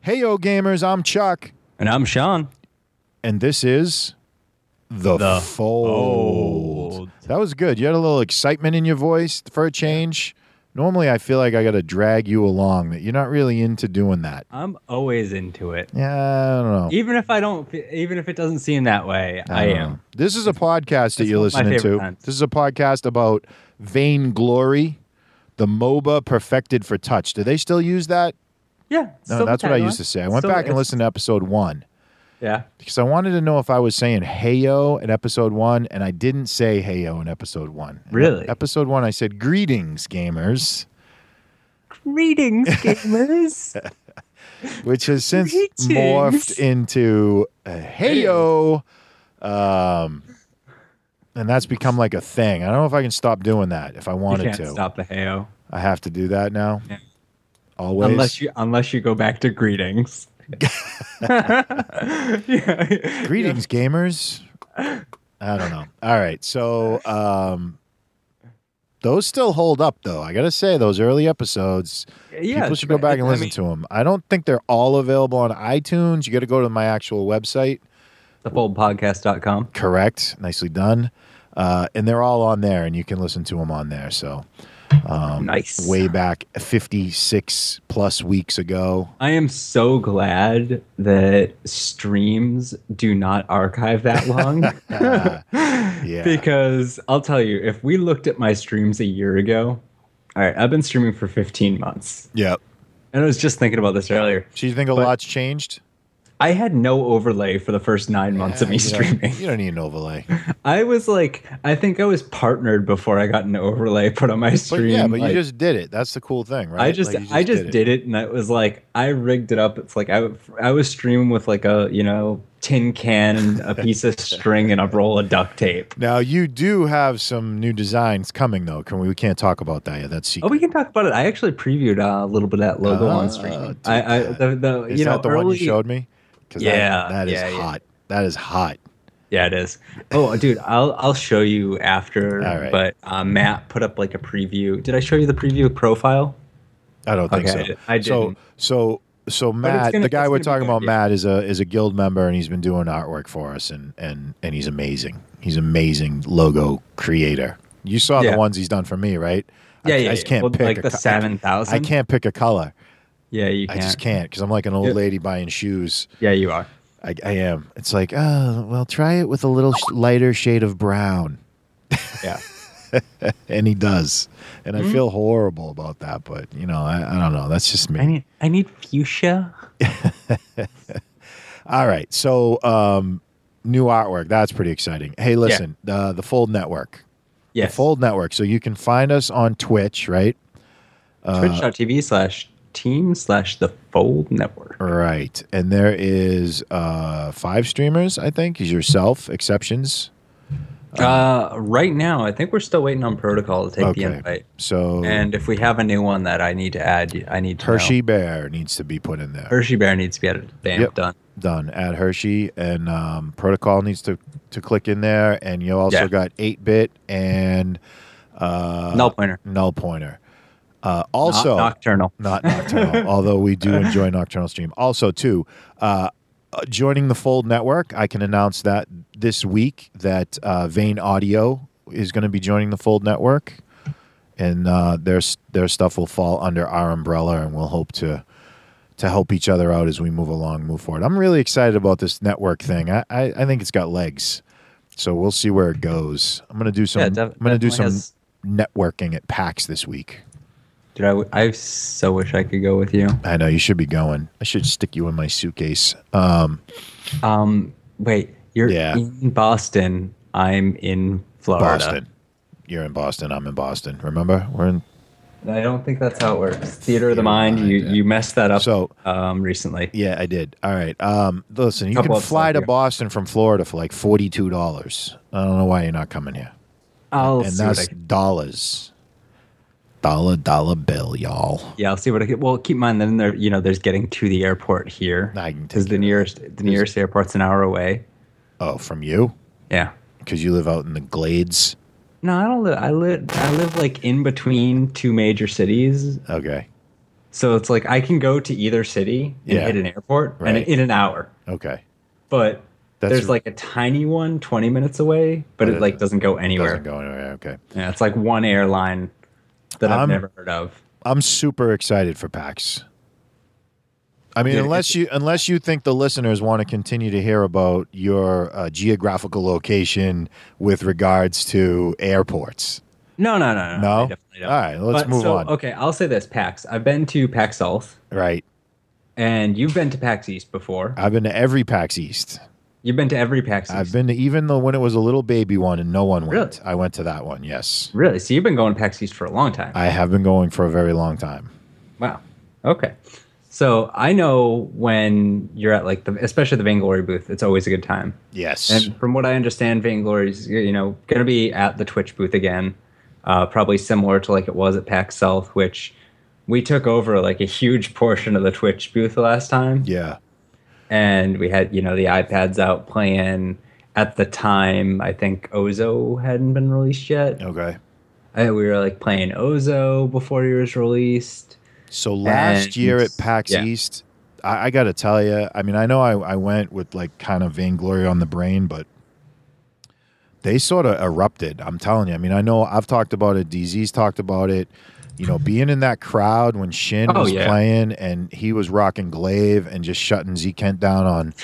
Hey, yo, gamers, I'm Chuck, And I'm Sean. and this is The, The Fold. Fold. That was good. You had a little excitement in your voice for a change. Normally, I feel like I got to drag you along, that you're not really into doing that. I'm always into it. Yeah, I don't know. Even if I don't, even if it doesn't seem that way, I, don't know. am. This is a podcast that it's you're one of my listening favorite to. kinds. This is a podcast about Vainglory, the MOBA perfected for touch. Do they still use that? Yeah. No, that's what I used to say. I went back and listened to episode one Yeah. because I wanted to know if I was saying heyo in episode one, and I didn't say heyo in episode one. In Really? episode one, I said greetings, gamers, Greetings, gamers. which has since Greetings. morphed into uh, heyo. Um, and that's become like a thing. I don't know if I can stop doing that if I you wanted can't to. stop the heyo I have to do that now. Yeah. Always. unless you unless you go back to greetings. yeah. Greetings, gamers. I don't know. All right. So um those still hold up though. I gotta say, those early episodes, Yeah, people should go back and listen to them. I don't think they're all available on iTunes. You gotta go to my actual website. to thefoldpodcast.com. Correct. Nicely done. Uh, and they're all on there and you can listen to them on there. So um Nice. way back fifty six plus weeks ago. I am so glad that streams do not archive that long. Uh, yeah. Because I'll tell you, if we looked at my streams a year ago, all right, I've been streaming for 15 months. Yep. And I was just thinking about this earlier. So you think a But- lot's changed? I had no overlay for the first nine months of Yeah, me you don't- streaming. You don't need an overlay. I was like, I think I was partnered before I got an overlay put on my But stream. yeah, but like, you just did it. That's the cool thing, right? I just, Like, you I just did it. and I was like, I rigged it up. It's like I, I was streaming with like a you know tin can and a piece of string and a roll of duct tape. Now you do have some new designs coming, though. Can we? We can't talk about that yet. That's Oh, secret. we can talk about it. I actually previewed uh, a little bit of that logo Oh, on stream. dude, I, I the, the Is you know that the early, one you showed me? 'Cause that- Yeah, that is yeah, yeah. hot. That is hot. Yeah, it is. Oh, dude, I'll I'll show you after. All right. But uh, Matt put up like a preview. Did I show you the preview profile? I don't think Okay, so. I- I so didn't. so so Matt, gonna- the guy it's we're gonna be talking good, about, yeah. Matt is a is a guild member, and he's been doing artwork for us, and and and he's amazing. He's amazing logo creator. You saw Yeah. the ones he's done for me, right? I, Yeah, I yeah, just yeah. can't Well, pick like a the co- I- 7,000? I can't pick a color. Yeah, you can. I just can't because I'm like an old Yeah. lady buying shoes. Yeah, you are. I, I am. It's like, oh, well, try it with a little sh- lighter shade of brown. Yeah. And he does. And Mm-hmm. I feel horrible about that. But, you know, I, I don't know. That's just me. I need I need fuchsia. All right. So, um, new artwork. That's pretty exciting. Hey, listen, uh, the Fold Network. Yes. Fold Network. So you can find us on Twitch, right? uh, Twitch.tv slash team slash the fold network. Right. And there is uh, five streamers, I think, is yourself, exceptions. Uh, right now, I think we're still waiting on protocol to take the invite. So And if we have a new one that I need to add, I need to know. Hershey Bear needs to be put in there. Hershey Bear needs to be added. Bam, Yep. done. done at Hershey, and um, Protocol needs to to click in there. And you also Yeah. got eight bit and uh, Null pointer. null pointer. Uh, Not also, nocturnal. not nocturnal, although we do enjoy nocturnal stream. Also, too, uh, uh, joining the Fold Network, I can announce that this week that uh, Vane Audio is going to be joining the Fold Network, and uh, their s- their stuff will fall under our umbrella, and we'll hope to to help each other out as we move along, move forward. I'm really excited about this network thing. I I, I think it's got legs, so we'll see where it goes. I'm gonna do some. Yeah, def- I'm gonna do some definitely has- networking at PAX this week. Dude, I, w- I so wish I could go with you. I know you should be going. I should stick you in my suitcase. Um, Um, wait, you're Yeah. in Boston. I'm in Florida. Boston. You're in Boston. I'm in Boston. Remember, we're in. I don't think that's how it works. Theater of Theater the of mind. mind, You yeah. you messed that up. So- um, recently. Yeah, I did. All right. Um, listen, you can Couple of fly stuff to here. Boston from Florida for like forty-two dollars. I don't know why you're not coming here. I'll and see what I that's can- dollars, dollar dollar bill, y'all. yeah, I'll see what I can. Well, keep in mind then there you know there's getting to the airport here I can because take the care of nearest the nearest airport's an hour away. Oh, from you Yeah. because you live out in the Glades. No, I don't live. I live. I live like in between two major cities, Okay. So it's like I can go to either city and Yeah. hit an airport and Right. in an hour. Okay. But That's there's like a tiny one 20 minutes away, but But it it like doesn't go anywhere. doesn't go anywhere. Okay. Yeah, it's like one airline that I've I'm- never heard of. I'm super excited for PAX. I mean, Yeah, unless you unless you think the listeners want to continue to hear about your uh, geographical location with regards to airports. No, no, no, no. No? I definitely don't. All right, let's But move so, on. Okay, I'll say this: PAX. I've been to PAX South, Right. and you've been to PAX East before. I've been to every PAX East. You've been to every PAX East. Uh, I've been to even the when it was a little baby one and no one went. Really? I went to that one. Yes. really. So you've been going to PAX East for a long time. I have been going for a very long time. wow. Okay. So I know when you're at like the, especially the Vainglory booth, it's always a good time. Yes. And from what I understand, Vainglory's you know going to be at the Twitch booth again, uh, probably similar to like it was at PAX South, which we took over like a huge portion of the Twitch booth last time, yeah. and we had you know the iPads out playing. At the time, I think Ozo hadn't been released yet. Okay. I, we were like playing Ozo before he was released. So last And- year at PAX yeah. East, I, I got to tell you, I mean, I know I, I went with like kind of vainglory on the brain, but they sort of erupted. I'm telling you. I mean, I know I've talked about it. DZ's talked about it. You know, being in that crowd when Shin Oh, was yeah. playing and he was rocking Glaive and just shutting Z Kent down on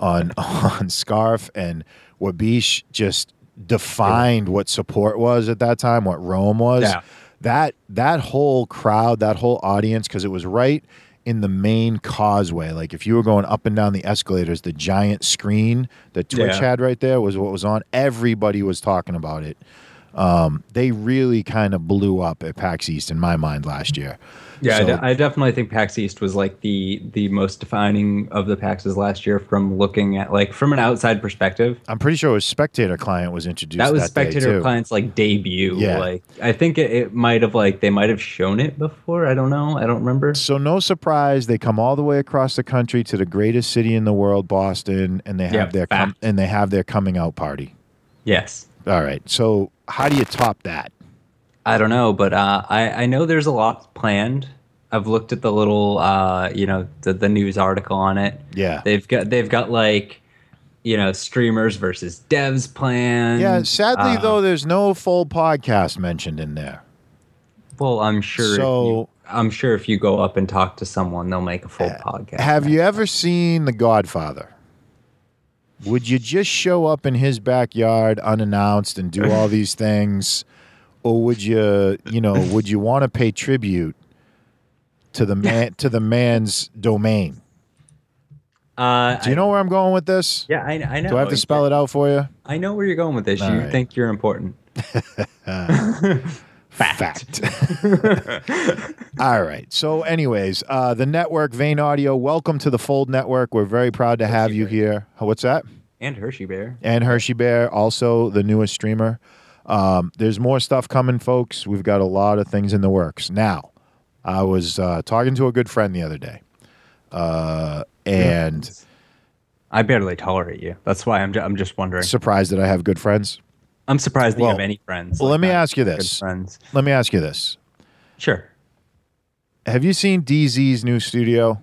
on on Scarf and Wabish just defined what support was at that time, what Rome was. Yeah. That that whole crowd, that whole audience, because it was right in the main causeway. Like if you were going up and down the escalators, the giant screen that Twitch Yeah. had right there was what was on. Everybody was talking about it. Um, they really kind of blew up at PAX East in my mind last year. Yeah, I, So- de- I definitely think PAX East was like the the most defining of the PAXs last year from looking at like from an outside perspective. I'm pretty sure it was Spectator Client was introduced. That was day, Spectator too. Client's like debut. Yeah. Like I think it, it might have like they might have shown it before. I don't know. I don't remember. So no surprise, they come all the way across the country to the greatest city in the world, Boston, and they have Yeah, their com- fact. and they have their coming out party. Yes. All right. So how do you top that? I don't know, but uh, I I know there's a lot planned. I've looked at the little uh, you know the, the news article on it. Yeah. They've got they've got like you know streamers versus devs planned. Yeah, sadly Uh, though there's no full podcast mentioned in there. Well, I'm sure. So- if you, I'm sure if you go up and talk to someone, they'll make a full podcast. Have you ever seen The Godfather? Would you just show up in his backyard unannounced and do all these things? Or would you, you know, would you want to pay tribute to the man to the man's domain? Uh, Do you know where I'm going with this? yeah, I, I know. Do I have to spell it out for Oh, you? I know where you're going with this. All you right. think you're important. Fact. All right. So, anyways, uh, the network, Vane Audio, welcome to the Fold Network. We're very proud to have you here. Oh, What's that? And Hershey Bear. And Hershey Bear, also the newest streamer. Um, there's more stuff coming, folks. We've got a lot of things in the works. Now, I was uh, talking to a good friend the other day, uh, and I barely tolerate you. That's why I'm, ju- I'm just wondering. surprised that I have good friends. I'm surprised that well, you have any friends. Well, like let me that. ask you Good this. friends. Let me ask you this. Sure. Have you seen DZ's new studio?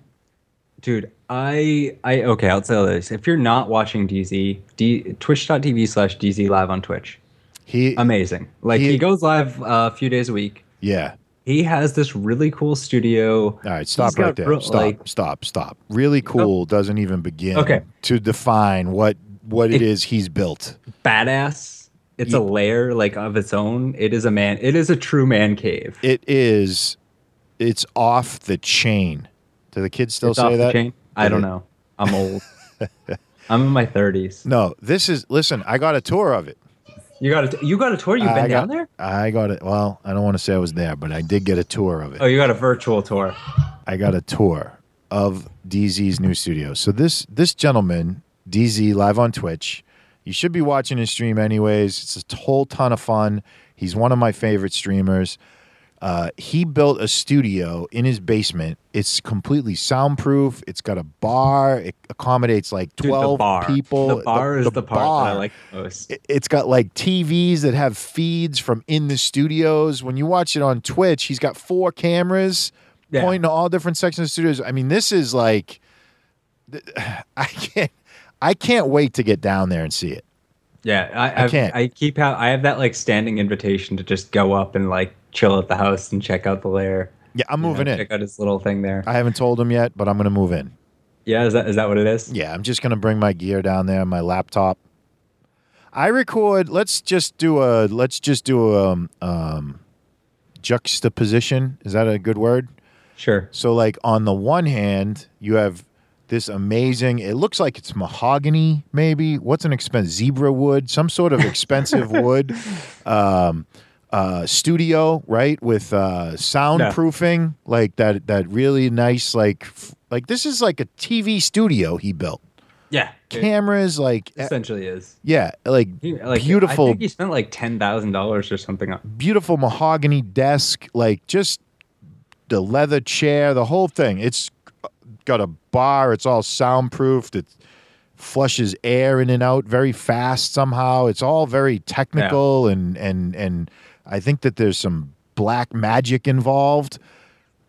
Dude, I, I, okay, I'll tell you this. If you're not watching DZ, D, twitch.tv slash DZ live on Twitch. He, Amazing. Like, He- he goes live uh, a few days a week. yeah. He has this really cool studio. All right, stop He's got right there. real- stop, like- stop, stop. Really cool doesn't even begin Okay. to define what what it It- is he's built. badass. It's a Ye- layer like of its own. It is a man. It is a true man cave. It is it's off the chain. Do the kids still It's say off that? the chain. I don't know. I'm old. I'm in my thirties. No, this is listen, I got a tour of it. You got a you got a tour. You've Uh, I been got, down there. I got it. Well, I don't want to say I was there, but I did get a tour of it. Oh, you got a virtual tour. I got a tour of DZ's new studio. So this this gentleman, DZ live on Twitch. You should be watching his stream anyways. It's a whole ton of fun. He's one of my favorite streamers. Uh, he built a studio in his basement. It's completely soundproof. It's got a bar. It accommodates like Dude, twelve the bar. people. The bar is the, part that I bar. like most. It- It's got like TVs that have feeds from in the studios. When you watch it on Twitch, he's got four cameras Yeah. pointing to all different sections of studios. I mean, this is like, th- I can't, I can't wait to get down there and see it. Yeah, I, I can't. I keep ha- I have that like standing invitation to just go up and like chill at the house and check out the lair. Yeah, I'm you know, moving in. Check out his little thing there. I haven't told him yet, but I'm going to move in. Yeah, is that is that what it is? Yeah, I'm just going to bring my gear down there, my laptop. I record. Let's just do a. Let's just do a um, um, juxtaposition. Is that a good word? Sure. So, like on the one hand, you have this amazing. It looks like it's mahogany, maybe. What's an expensive zebra wood? Some sort of expensive wood. Um, uh, studio, right, with uh, soundproofing, like that. That really nice, like, f- like this is like a TV studio he built. Yeah. It Cameras, like, eh, essentially is. yeah, like He- like, Beautiful. I think he spent like ten thousand dollars or something on. beautiful mahogany desk, like just the leather chair, the whole thing. It's got a bar, it's all soundproofed, it flushes air in and out very fast somehow. It's all very technical and and and I think that there's some black magic involved.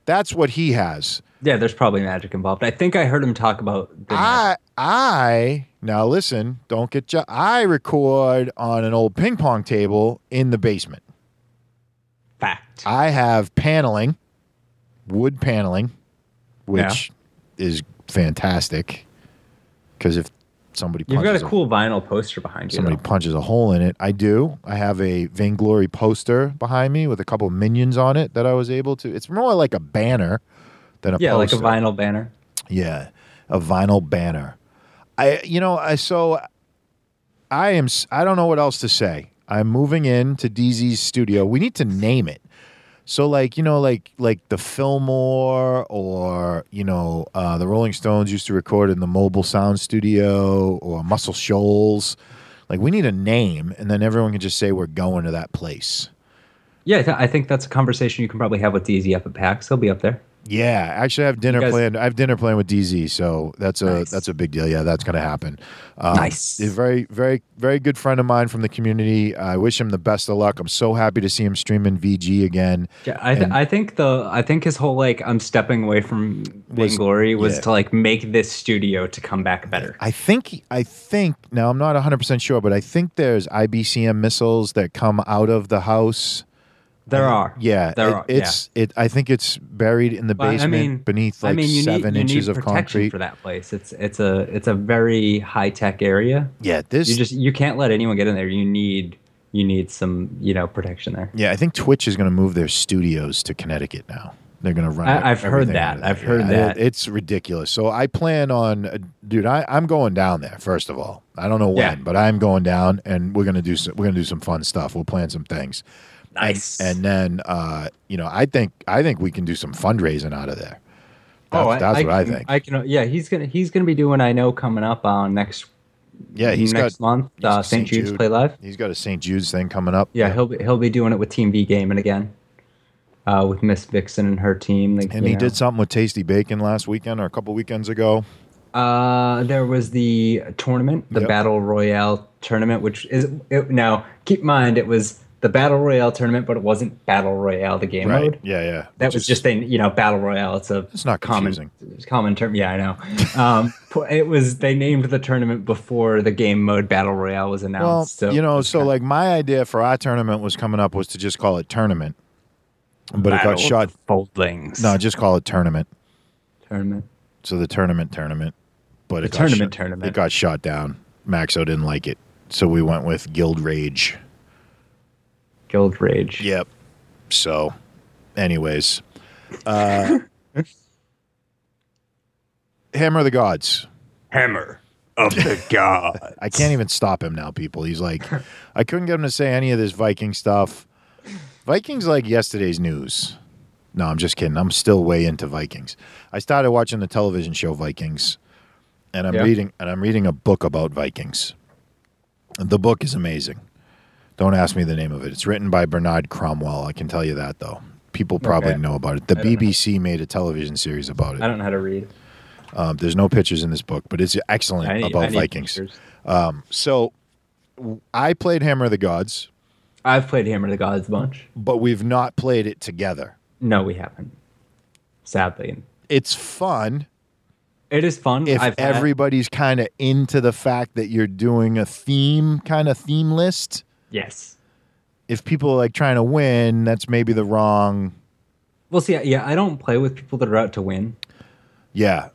That's what he has. Yeah, there's probably magic involved. I think I heard him talk about. The I I now listen, don't get ju- I record on an old ping pong table in the basement. fact. I have paneling, wood paneling, which is fantastic. Because if somebody You've got punches a cool vinyl poster behind you. somebody though. punches a hole in it, I do. I have a Vainglory poster behind me with a couple of minions on it that I was able to. It's more like a banner than a Yeah, like a poster. vinyl banner. Yeah, a vinyl banner. I, you know, I so I am. s- I don't know what else to say. I'm moving in to DZ's studio. We need to name it. So, like, you know, like like the Fillmore or you know, uh, the Rolling Stones used to record in the Mobile Sound Studio or Muscle Shoals. Like, we need a name, and then everyone can just say we're going to that place. Yeah, I, th- I think that's a conversation you can probably have with DZ up at PAX. He'll be up there. Yeah, actually, I have dinner You guys- planned. I have dinner planned with DZ, so that's a Nice. that's a big deal. Yeah, that's going to happen. Um, Nice. a very very very good friend of mine from the community. I wish him the best of luck. I'm so happy to see him streaming VG again. Yeah, I, th- And- I think the I think his whole like I'm stepping away from Was- Vainglory Glory was yeah. to like make this studio to come back better. I think I think now I'm not 100 percent sure, but I think there's IBCM missiles that come out of the house. There are. Yeah, there it- are. it's it. I think it's buried in the But, I basement mean- beneath yeah. like I mean, you seven need, you inches need of protection concrete. for that place. It's it's a it's a very high tech area. Yeah, this You just you can't let anyone get in there. You need you need some you know protection there. Yeah, I think Twitch is going to move their studios to Connecticut now. They're going to run. I- I've heard everything that. out of there. I've heard it- that. it's ridiculous. So I plan on, uh, dude. I, I'm going down there. First of all, I don't know when, Yeah. but I'm going down, and we're gonna do some, we're gonna do some fun stuff. We'll plan some things, Nice. and then, uh, you know, I think I think we can do some fundraising out of there. That's, Oh, I- that's I what I can- think. I can. Yeah, he's gonna he's gonna be doing. I know coming up on next. yeah, he's got next month. Uh, he's St. St. Jude's Jude. play live. he's got a St. Jude's thing coming up. Yeah, he'll be, he'll be doing it with Team V gaming again, uh, with Miss Vixen and her team. Like, and you he know. did something with Tasty Bacon last weekend or a couple weekends ago. Uh, there was the tournament, the Yep. Battle Royale tournament, which is it, now keep in mind it was the Battle Royale tournament, but it wasn't Battle Royale the game Right? mode. Yeah, yeah. That Which was is- just a you know Battle Royale. It's a It's not common it's a common term. Yeah, I know. Um, po- it was they named the tournament before the game mode Battle Royale was announced. Well, so you know, so kinda- like my idea for our tournament was coming up was to just call it tournament, but it Battle got of shot. the Foldlings. No, just call it tournament. tournament. So the tournament tournament, but it got tournament shot, tournament. It got shot down. Maxo didn't like it, so we went with Guild Rage. Guild Rage. Yep. So, anyways, uh, Hammer of the Gods. Hammer of the God. I can't even stop him now, people. He's like, I couldn't get him to say any of this Viking stuff. Vikings like yesterday's news. No, I'm just kidding. I'm still way into Vikings. I started watching the television show Vikings, and I'm Yeah. reading and I'm reading a book about Vikings. And the book is amazing. Don't ask me the name of it. It's written by Bernard Cromwell. I can tell you that though. People probably Okay. know about it. The don't know. BBC made a television series about I it. don't know how to read. Um, there's no pictures in this book, but it's excellent I need, I about need Vikings. pictures. So w- I played Hammer of the Gods, I've played Hammer of the Gods a bunch. but we've not played it together. No, we haven't. sadly. It's fun It is fun. if I've had- everybody's kind of into the fact that you're doing a theme kind of theme list. yes. If people are like trying to win, that's maybe the wrong. Well, see, yeah, I don't play with people that are out to win. Yeah,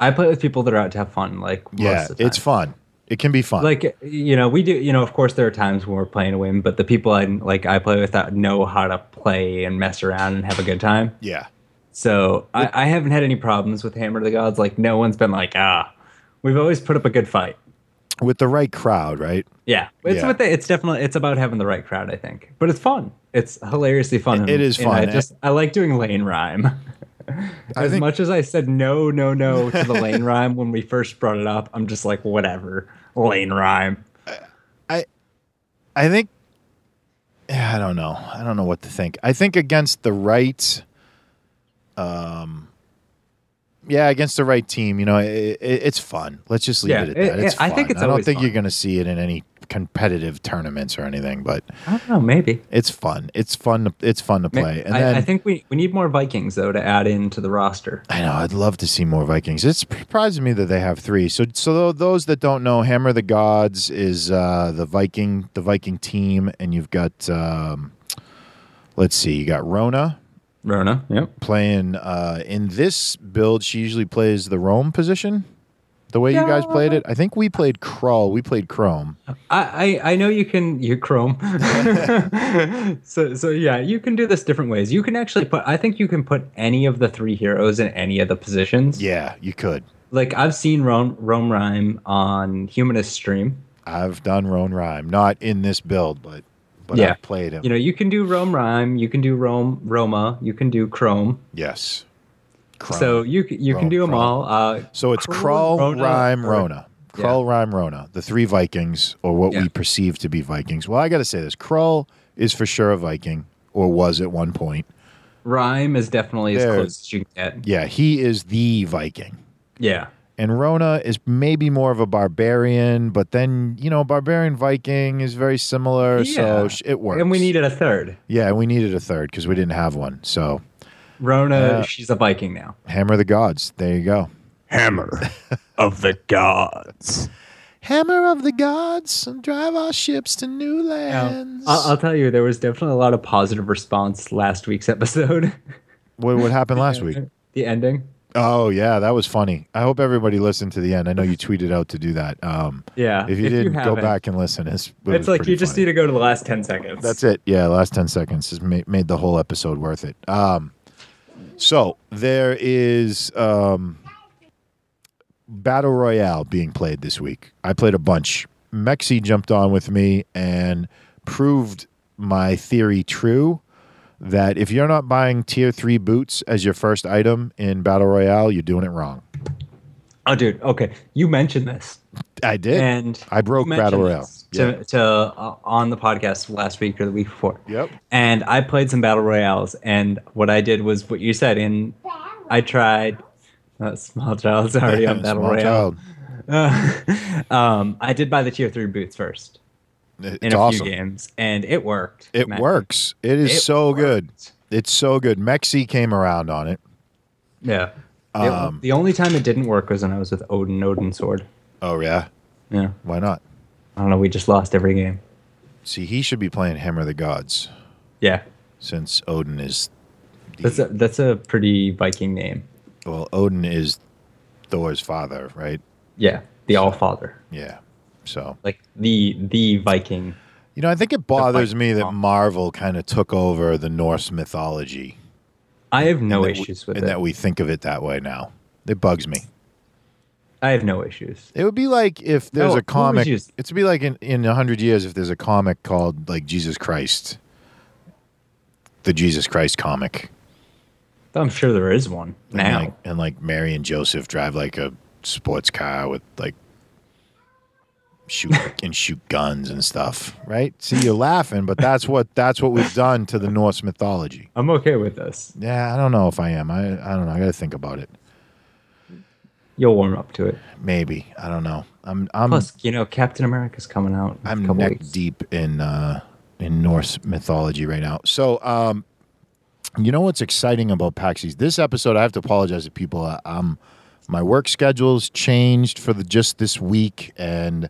I play with people that are out to have fun. Like, most yeah, of the time. it's fun. It can be fun. like you know we do you know of course there are times when we're playing to win but the people i like i play with that know how to play and mess around and have a good time yeah, so I, I haven't had any problems with hammer of the gods like no one's been like ah we've always put up a good fight with the right crowd, right? yeah it's Yeah. with the, it's definitely it's about having the right crowd i think but it's fun it's hilariously fun It- it is And fun. i just i like doing lane rhyme I as think- much as i said no no no to the lane rhyme when we first brought it up i'm just like whatever lane rhyme I think I don't know. I don't know what to think. I think against the right um yeah, against the right team, you know, it, it, it's fun. Let's just leave Yeah, it at it- that. It's it- I think fun. it's I don't always think fun. you're going to see it in any competitive tournaments or anything, but i don't know maybe it's fun. It's fun. To, it's fun to Ma- play. And I, then I think we, we need more Vikings though to add into the roster. I know. I'd love to see more Vikings. It surprises me that they have three. So, so tho- those that don't know, Hammer of the Gods is uh, the Viking, the Viking team, and you've got, um, let's see, you got Rona Rona, yep. playing uh, in this build. She usually plays the Rome position. The way you guys played it, I think we played Crawl. We played Chrome. I, I, I know you can you Chrome. so so yeah, you can do this different ways. You can actually put I think you can put any of the three heroes in any of the positions. Yeah, you could. Like I've seen Rome Rome Rhyme on Humanist stream. I've done Roan Rhyme, not in this build, but but Yeah. I've played him. You know, you can do Rome Rhyme, you can do Rome Roma, you can do Chrome. yes. Chrome. So you c- you Chrome, can do them Chrome. all. Uh, So it's Crawl, Krull, Rona, Rhyme, or- Rona. Krull, Rhyme, Rona. The three Vikings, or what Yeah. we perceive to be Vikings. Well, I got to say this Krull is for sure a Viking, or was at one point. Rhyme is definitely as There's- close as you can get. Yeah, he is the Viking. Yeah. And Rona is maybe more of a barbarian, but then, you know, barbarian Viking is very similar. So Yeah. sh- it works. And we needed a third. Yeah, we needed a third because we didn't have one. So Rona, Yeah. she's a Viking now. Hammer of the Gods. There you go. Hammer of the gods. Hammer of the Gods and drive our ships to new lands. I'll, I'll tell you, there was definitely a lot of positive response last week's episode. what, what happened last week? the ending. Oh yeah, that was funny. I hope everybody listened to the end. I know you tweeted out to do that. Um, Yeah. if you didn't, go haven't, back and listen. It's it was it's like pretty you just funny. need to go to the last 10 seconds. That's it. Yeah, last ten seconds has made, made the whole episode worth it. Um, so there is um, battle royale being played this week. I played a bunch. Mexi jumped on with me and proved my theory true. That if you're not buying tier three boots as your first item in battle royale, you're doing it wrong. Oh, dude. Okay. You mentioned this. I did. And I broke you mentioned Battle Royale. this To, to, uh, on the podcast last week or the week before. Yep. And I played some Battle Royales. And what I did was what you said. In I tried. Uh, small child's already on Battle Small child. Royale. Uh, um, I did buy the tier three boots first It- in It's a awesome. few games, and it worked. It man. works. It is It so worked. good. It's so good. Mexi came around on it. Yeah. Um, the, the only time it didn't work was when I was with Odin, Odin Sword. Oh yeah. Yeah. Why not? I don't know. We just lost every game. See, he should be playing Hammer of the Gods Yeah. since Odin is the, That's a, that's a pretty Viking name. well, Odin is Thor's father, right? Yeah. The All Father. Yeah. So Like the the Viking. you know, I think it bothers Viking me that mom. Marvel kind of took over the Norse mythology, I have no and that we- issues with and it. that we think of it that way now. It bugs me. I have no issues. It would be like if there's a No, who comic. was used- It's be like in in a hundred years if there's a comic called like Jesus Christ, the Jesus Christ comic. I'm sure there is one now. and like, and like Mary and Joseph drive like a sports car with like shoot and shoot guns and stuff. Right? See, you're laughing, but that's what that's what we've done to the Norse mythology. I'm okay with this. Yeah, I don't know if I am. I I don't know. I got to think about it. You'll warm up to it. Maybe I don't know. I'm I'm Plus, you know, Captain America's coming out. In I'm a couple neck weeks. deep in uh, in Norse mythology right now. So um, You know what's exciting about PAX East? This episode, I have to apologize to people. Uh, um, my work schedule's changed for the just this week, and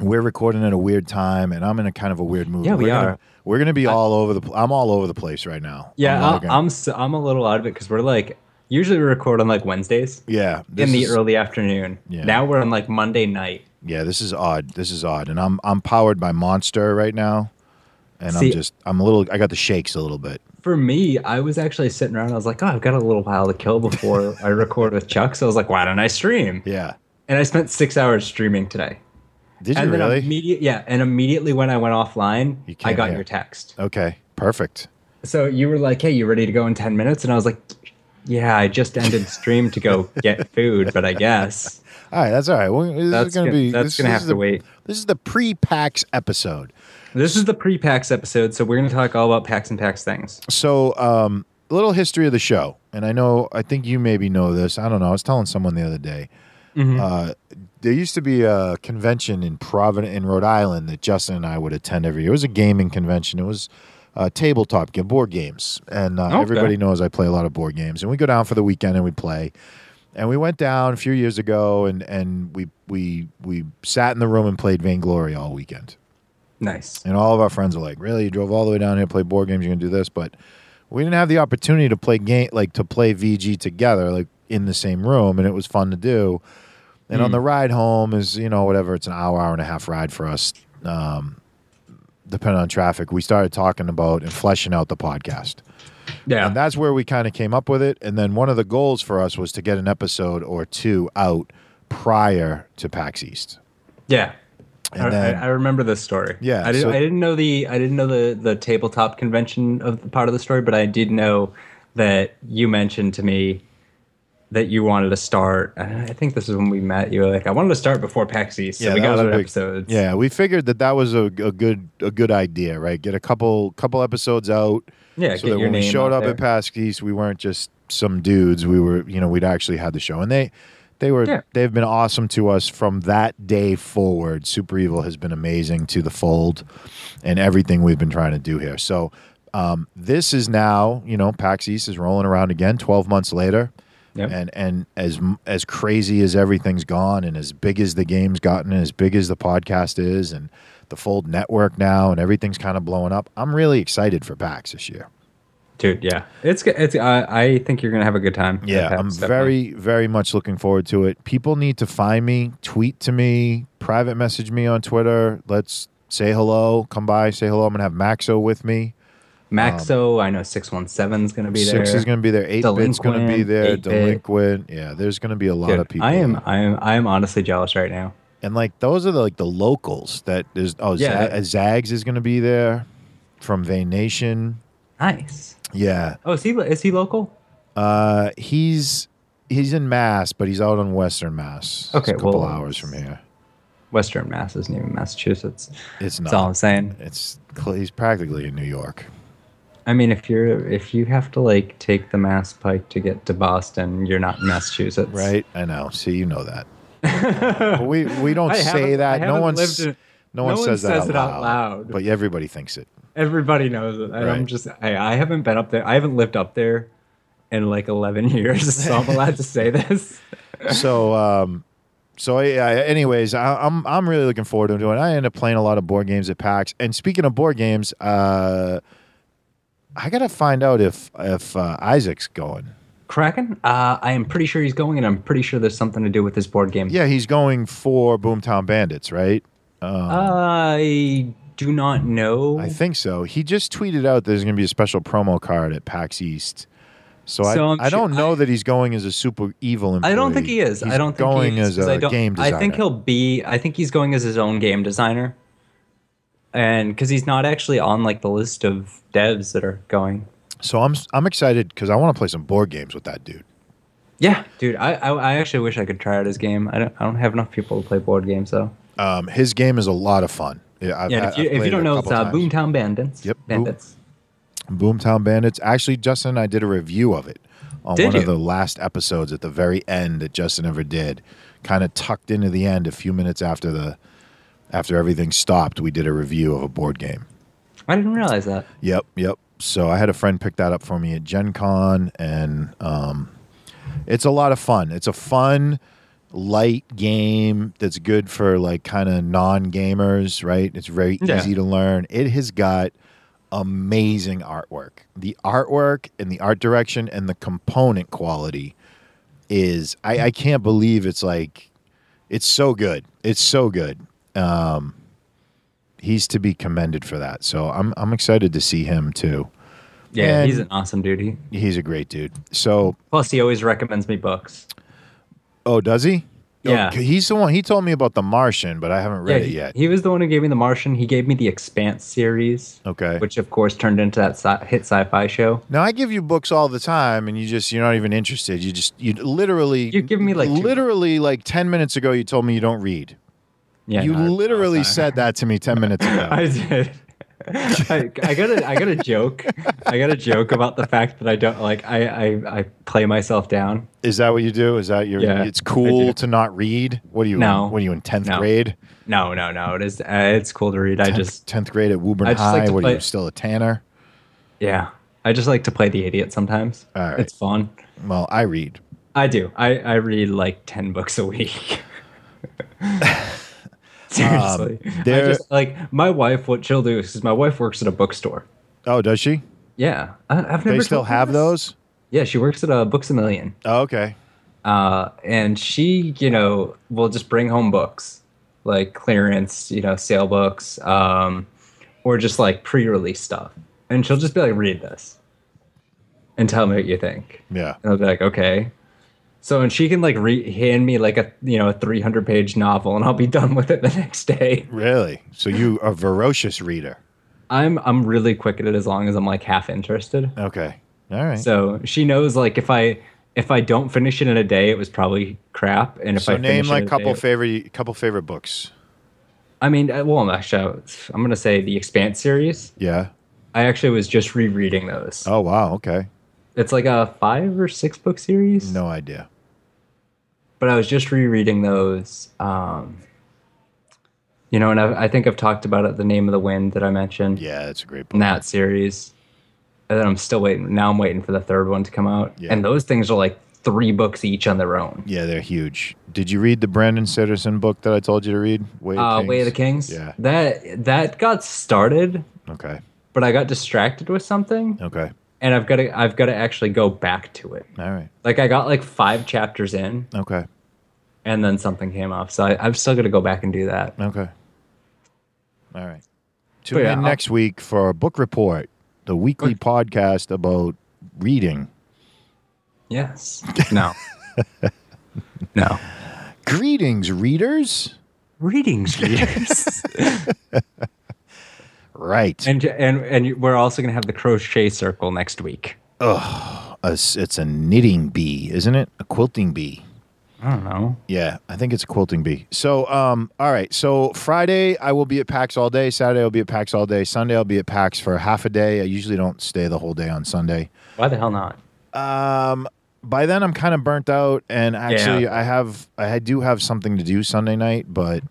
we're recording at a weird time, and I'm in a kind of a weird mood. Yeah, we we're are. Gonna, we're going to be all over the. Pl- I'm all over the place right now. Yeah, all I'm again- I'm, s- I'm a little out of it because we're like usually we record on like Wednesdays yeah, in this the is- early afternoon. Yeah. Now we're on like Monday night. Yeah, this is odd. This is odd, and I'm I'm powered by Monster right now, and See- I'm just I'm a little. I got the shakes a little bit. For me, I was actually sitting around. I was like, oh, I've got a little while to kill before I record with Chuck. So I was like, why don't I stream? Yeah. And I spent six hours streaming today. Did you and really? then immediate, yeah. And immediately when I went offline, You can't I got hear. your text. okay. Perfect. So you were like, hey, you ready to go in 10 minutes? And I was like, yeah, I just ended stream to go get food, but I guess. All right, that's all right. Well, this That's is going to gonna- be. that's this- gonna this have is to the- wait. This is the pre-PAX episode. This is the pre-PAX episode, so we're going to talk all about PAX and PAX things. So, um, a little history of the show, and I know I think you maybe know this. I don't know. I was telling someone the other day. Uh, there used to be a convention in Providence, in Rhode Island, that Justin and I would attend every year. It was a gaming convention. It was uh, tabletop, game, board games, and uh, Okay. everybody knows I play a lot of board games. And we go down for the weekend and we play. And we went down a few years ago, and and we we we sat in the room and played Vainglory all weekend. Nice. And all of our friends are like, "Really? You drove all the way down here, to play board games? You're gonna do this?" But we didn't have the opportunity to play game, like to play VG together, like in the same room, and it was fun to do. And on the ride home is you know whatever. It's an hour, hour and a half ride for us, um, depending on traffic. We started talking about and fleshing out the podcast. Yeah. And that's where we kind of came up with it. And then one of the goals for us was to get an episode or two out prior to PAX East. yeah. And I, then- I, I remember this story. Yeah, I didn't, so- I didn't know the I didn't know the the tabletop convention of the part of the story, but I did know that you mentioned to me that you wanted to start. I I think this is when we met. You were like, I wanted to start before PAX East, so we that got was a other big- episodes. Yeah, we figured that that was a, a good a good idea, right? Get a couple couple episodes out, Yeah, so get that your when we name showed out up at Pasques, we weren't just some dudes. We were, you know, we'd actually had the show, and they they were Yeah. they've been awesome to us from that day forward. Super Evil has been amazing to the fold and everything we've been trying to do here. So. Um, this is now, you know, PAX East is rolling around again. Twelve months later, Yep. and and as as crazy as everything's gone and as big as the game's gotten and as big as the podcast is and the fold network now and everything's kind of blowing up i'm really excited for pax this year dude. Yeah, it's g- it's. Uh, I think you're gonna have a good time. at yeah PAX, i'm definitely. very very much looking forward to it people need to find me tweet to me private message me on twitter let's say hello come by say hello i'm gonna have maxo with me Maxo. I know six one seven's gonna be there. um, six is gonna be there eight bit's gonna be Delinquent, there 8-Bit. delinquent yeah there's gonna be a lot Dude, of people I am there. I am I am honestly jealous right now. And like those are the like the locals that there's oh Yeah. Za- Zags is gonna be there from Vain Nation. Nice. Yeah. Oh, is he is he local? Uh he's he's in Mass, but he's out on Western Mass. It's Okay, a couple well- hours from here. Western Mass isn't even Massachusetts. It's That's all not I'm saying. it's cl- he's practically in New York. I mean, if you're if you have to like take the Mass Pike to get to Boston, you're not in Massachusetts, Right? I know. See you know that. but we we don't I say haven't- I that. No haven't one's lived in- no one says that out, it out loud, loud. But everybody thinks it. Everybody knows it. Right. And I'm just I, I haven't been up there. I haven't lived up there in like 11 years, so I'm allowed to say this. so um so yeah, anyways I, i'm i'm really looking forward to doing it. i end up playing a lot of board games at pax and speaking of board games uh i gotta find out if if uh, isaac's going Kraken? Uh, I am pretty sure he's going, and I'm pretty sure there's something to do with this board game. yeah he's going for boomtown bandits right Uh, I do not know. i think so he just tweeted out there's gonna be a special promo card at pax east so, So I'm I, I don't su- know that he's going as a super evil employee. I don't think he is. He's I don't think going he is, 'cause as I a don't- game designer. I think he'll be. I think he's going as his own game designer, and because he's not actually on like the list of devs that are going. so. I'm I'm excited because I want to play some board games with that dude. Yeah, dude. I, I I actually wish I could try out his game. I don't I don't have enough people to play board games though. Um, his game is a lot of fun. Yeah, I've, Yeah, I- and if you, I've if played you it a don't know, it's couple uh, times. Boomtown Bandits. Yep, Boom- Bandits. Boomtown Bandits. Actually, Justin and I did a review of it on Did one of you? the last episodes at the very end that Justin ever did, kind of tucked into the end a few minutes after the after everything stopped. We did a review of a board game. I didn't realize that. Yep, yep. So I had a friend pick that up for me at Gen Con, and um, it's a lot of fun. It's a fun, light game that's good for like kind of non gamers, right? It's very Yeah. easy to learn. It has got amazing artwork. The artwork and the art direction and the component quality is I, I can't believe it's like it's so good. It's so good. Um, he's to be commended for that. So I'm I'm excited to see him too. Yeah, And- he's an awesome dude. He- He's a great dude. So Plus, he always recommends me books. oh, does he? Yeah. Oh, he's the one. He told me about The Martian, but I haven't read it he, yet. he was the one who gave me The Martian. He gave me the Expanse series, okay. which of course turned into that sci- hit sci-fi show. Now I give you books all the time, and you just you're not even interested. You just you literally You give me, like, two- literally like ten minutes ago. You told me you don't read. Yeah, you no, I- literally I- uh, said that to me ten minutes ago. I did. I, I got a I got a joke. I got a joke about the fact that I don't like I I, I play myself down. Is that what you do? Is that your? Yeah, it's I do. cool to not read. What are you? No. What are you in tenth No. grade? No, no, no. It is uh, it's cool to read. I just tenth grade at Woburn I just High. like to what are play- you still a Tanner? yeah. I just like to play the idiot sometimes. All right. It's fun. Well, I read. I do. I I read like ten books a week. Seriously, I Um, there- just like my wife. What she'll do is my wife works at a bookstore. Oh, does she? Yeah, I, I've never. They still told you have this. those? Yeah, she works at a Books a Million. Oh, okay. uh, and she, you know, will just bring home books like clearance, you know, sale books, um, or just like pre-release stuff, and she'll just be like, "Read this, and tell me what you think," Yeah. and I'll be like, "Okay." So, and she can like re- hand me like a you know a three hundred page novel, and I'll be done with it the next day. Really? So you a ferocious reader? I'm I'm really quick at it as long as I'm like half interested. Okay. All right. So, So she knows like if I if I don't finish it in a day, it was probably crap. And if I name finish it like in a couple day, favorite couple favorite books. I mean, uh, well, actually, I'm going to say the Expanse series. Yeah. I actually was just rereading those. Oh wow. Okay. It's like a five or six book series. No idea. But I was just rereading those. Um, you know, and i I think I've talked about it, The Name of the Wind that I mentioned Yeah, that's a great book. in that series. And then I'm still waiting. Now I'm waiting for the third one to come out. Yeah. And those things are like three books each on their own. Yeah, they're huge. Did you read the Brandon Sanderson book that I told you to read? Way Uh, Way of the Kings. Yeah. That, that got started, Okay. but I got distracted with something. Okay. And I've got to, I've got to actually go back to it. All right. Like I got like five chapters in, Okay. and then something came up, so I, I'm still gonna go back and do that. Okay. All right. Tune yeah, in I'll- next week for a book report, the weekly podcast about reading. Yes. No. no. Greetings, readers. Readings, readers. Right. and and and we're also gonna have the crochet circle next week. A s- it's a knitting bee, isn't it? A quilting bee. I don't know. Yeah, I think it's a quilting bee. So, um, all right. So Friday I will be at PAX all day. Saturday I'll be at PAX all day. Sunday I'll be at PAX for half a day. I usually don't stay the whole day on Sunday. Why the hell not? Um, by then I'm kind of burnt out, and actually I have I do have something to do Sunday night. But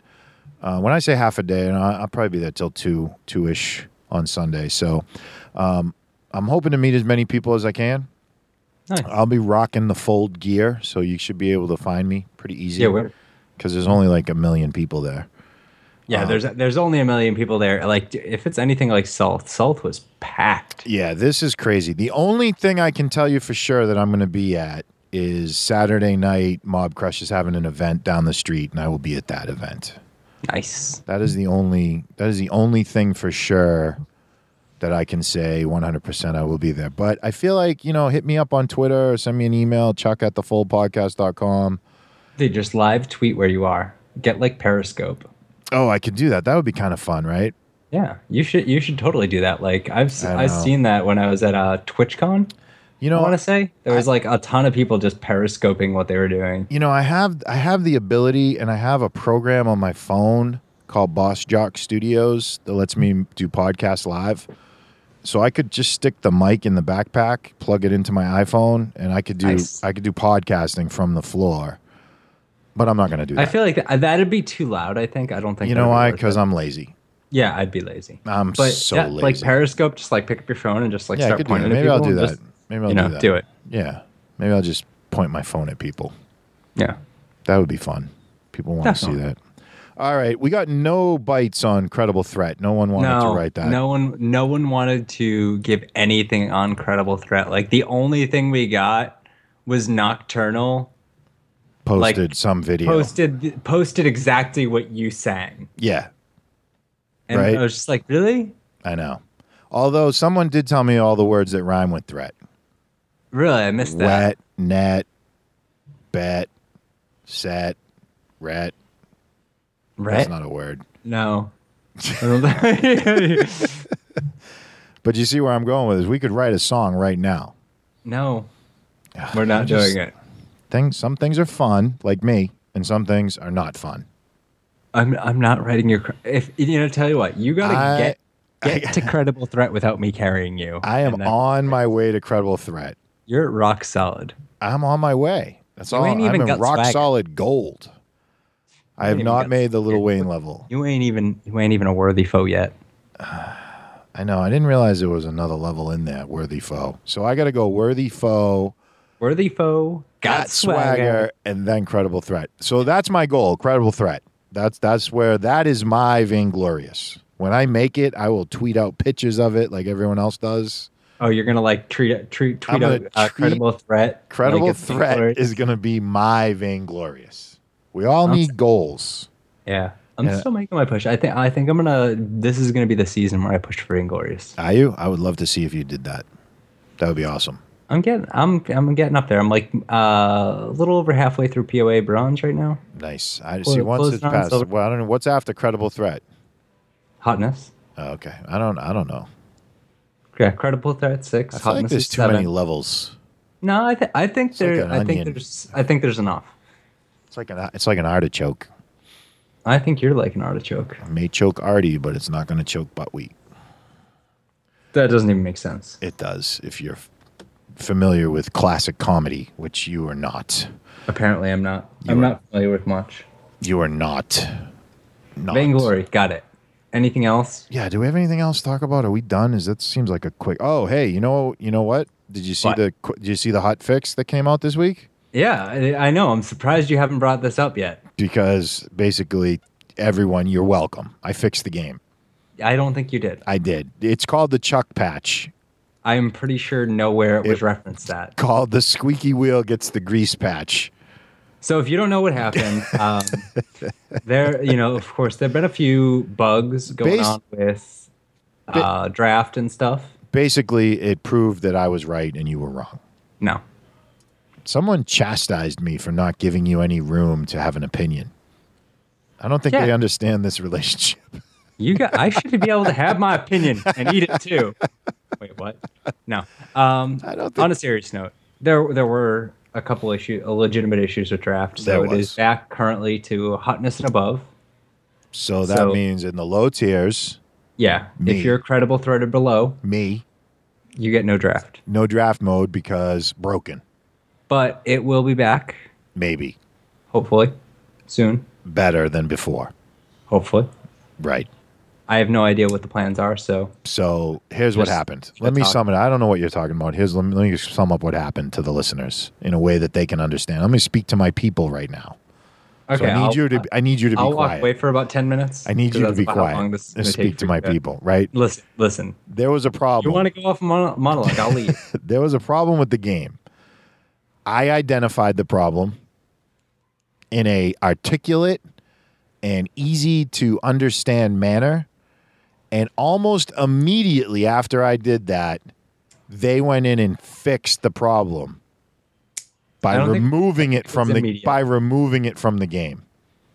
uh, when I say half a day, and I'll, I'll probably be there till two two ish on Sunday. So, um, I'm hoping to meet as many people as I can. Nice. I'll be rocking the fold gear, so you should be able to find me pretty easy. Yeah, we're, because there's only like a million people there. yeah. there's there's only a million people there. Like if it's anything like South, South was packed. Yeah, this is crazy. The only thing I can tell you for sure that I'm going to be at is Saturday night. Mob Crush is having an event down the street, and I will be at that event. Nice. That is the only. That is the only thing for sure that I can say 100% I will be there. But I feel like, you know, hit me up on Twitter or send me an email, chuck at thefullpodcast.com. Dude, just live tweet where you are. Get like Periscope. Oh, I could do that. That would be kind of fun, right? Yeah, you should you should totally do that. Like I've s- I I've know. seen that when I was at uh, TwitchCon. You know, I want to say there was like a ton of people just periscoping what they were doing. you know, I have I have the ability and I have a program on my phone called Boss Jock Studios that lets me do podcasts live. So I could just stick the mic in the backpack, plug it into my iPhone, and I could do Nice. I could do podcasting from the floor. But I'm not going to do that. I feel like th- that'd be too loud. I think I don't think you that know would be why? worth Because it. I'm lazy. Yeah, I'd be lazy. I'm but so yeah, like lazy. Periscope, just like pick up your phone and just like yeah, I start could do that. pointing Maybe at I'll people. do that. Just, Maybe I'll you know, do that. do it. Yeah. Maybe I'll just point my phone at people. Yeah. That would be fun. People want to see Definitely. that. All right, we got no bites on credible threat. No one wanted no, to write that. no one, no one wanted to give anything on credible threat. Like the only thing we got was nocturnal posted some video. posted posted exactly what you sang, yeah, and Right. I was just like, really, I know. Although someone did tell me all the words that rhyme with threat. really, I missed Wet, that. net, bet, set, rat. That's Right? not a word. No. I don't- But you see where I'm going with this. We could write a song right now. no, we're not just- doing it. Things, some things are fun, like me, and some things are not fun. I'm I'm not writing your. cr- If you know, tell you what, you gotta I- get get to credible threat without me carrying you. I am And that- on my way to credible threat. You're rock solid. I'm on my way. That's You all. ain't even I'm in got rock swagger. solid gold. I have ain't even not got made the Little swagger. Wayne level. You ain't even you ain't even a worthy foe yet. I know. I didn't realize there was another level in there. Worthy foe. So I got to go. Worthy foe. Worthy foe got, swagger. and then credible threat. So that's my goal. Credible threat. That's that's where that is my vainglorious. When I make it, I will tweet out pictures of it like everyone else does. Oh, you're gonna like treat treat I'm tweet gonna out uh, treat- credible threat. Credible like, it's threat vainglorious. is going to be my vainglorious. We all I'm- need goals. Yeah, I'm Yeah. still making my push. I think I think I'm gonna. This is gonna be the season where I push for inglorious. Are you? I would love to see if you did that. That would be awesome. I'm getting I'm I'm getting up there. I'm like uh, a little over halfway through POA bronze right now. Nice. I Close- see. Once close it's down, passed, so- well, I don't know what's after credible threat. Hotness. Oh, okay, I don't. I don't know. Yeah, credible threat six. I feel hotness like there's is too seven. many levels. No, I, th- I think like there. an I think onion. there's. I think there's enough. It's like an. It's like an artichoke. I think you're like an artichoke. It may choke Artie, but it's not going to choke buckwheat. That doesn't even make sense. It does if you're f- familiar with classic comedy, which you are not. Apparently, I'm not. I'm are. not familiar with much. You are not. Not. Vainglory, got it. Anything else? Yeah. Do we have anything else to talk about? Are we done? Is that seems like a quick? Oh, hey, you know, you know what? Did you see What? the? qu- Did you see the hot fix that came out this week? Yeah, I, I know. I'm surprised you haven't brought this up yet. Because basically, everyone, you're welcome. I fixed the game. I don't think you did. I did. It's called the Chuck Patch. I'm pretty sure nowhere it was referenced that. Called the squeaky wheel gets the grease patch. So if you don't know what happened, um, there, you know, of course, there've been a few bugs going Based- on with uh, draft and stuff. Basically, it proved that I was right and you were wrong. No, Someone chastised me for not giving you any room to have an opinion. I don't think Yeah. they understand this relationship. You got. I should be able to have my opinion and eat it too. Wait, what? No. Um, I don't think- on a serious note, there there were a couple issue, uh, legitimate issues with draft. So There it was. is back currently to hotness and above. So that So- means in the low tiers, Yeah. Me. If you're a credible threat or below, me, you get no draft. no draft mode because broken, But it will be back, maybe hopefully, soon. better than before. Hopefully, Right. I have no idea what the plans are. So So here's what Just- happened. Let me talk. sum it. I don't know what you're talking about. Here's let me, let me sum up what happened to the listeners in a way that they can understand. Let me speak to my people right now. So okay, I need I'll, you to I need you to be I'll walk quiet. away for about ten minutes. I need 'cause you to that's be about how long quiet this is and gonna take speak to for my you people. Right Listen, listen. there was a problem. You want to go off mon- monologue? I'll leave. there was a problem with the game. I identified the problem in a articulate and easy to understand manner. And almost immediately after I did that, they went in and fixed the problem by I don't think- removing it it's from the immediate. by removing it from the game.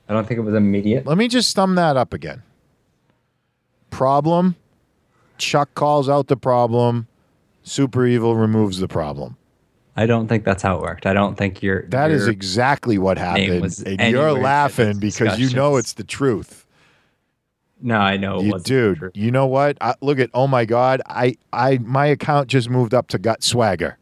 I don't think it was immediate. Let me just sum that up again. Problem. Chuck calls out the problem. Super evil removes the problem. I don't think that's how it worked. I don't think you're. That is you're- exactly what happened. was And anywhere you're in the laughing because you know discussions. it's the truth. no, I know. It You, wasn't dude, true. you know what? I, look at oh my god, I I my account just moved up to gut swagger.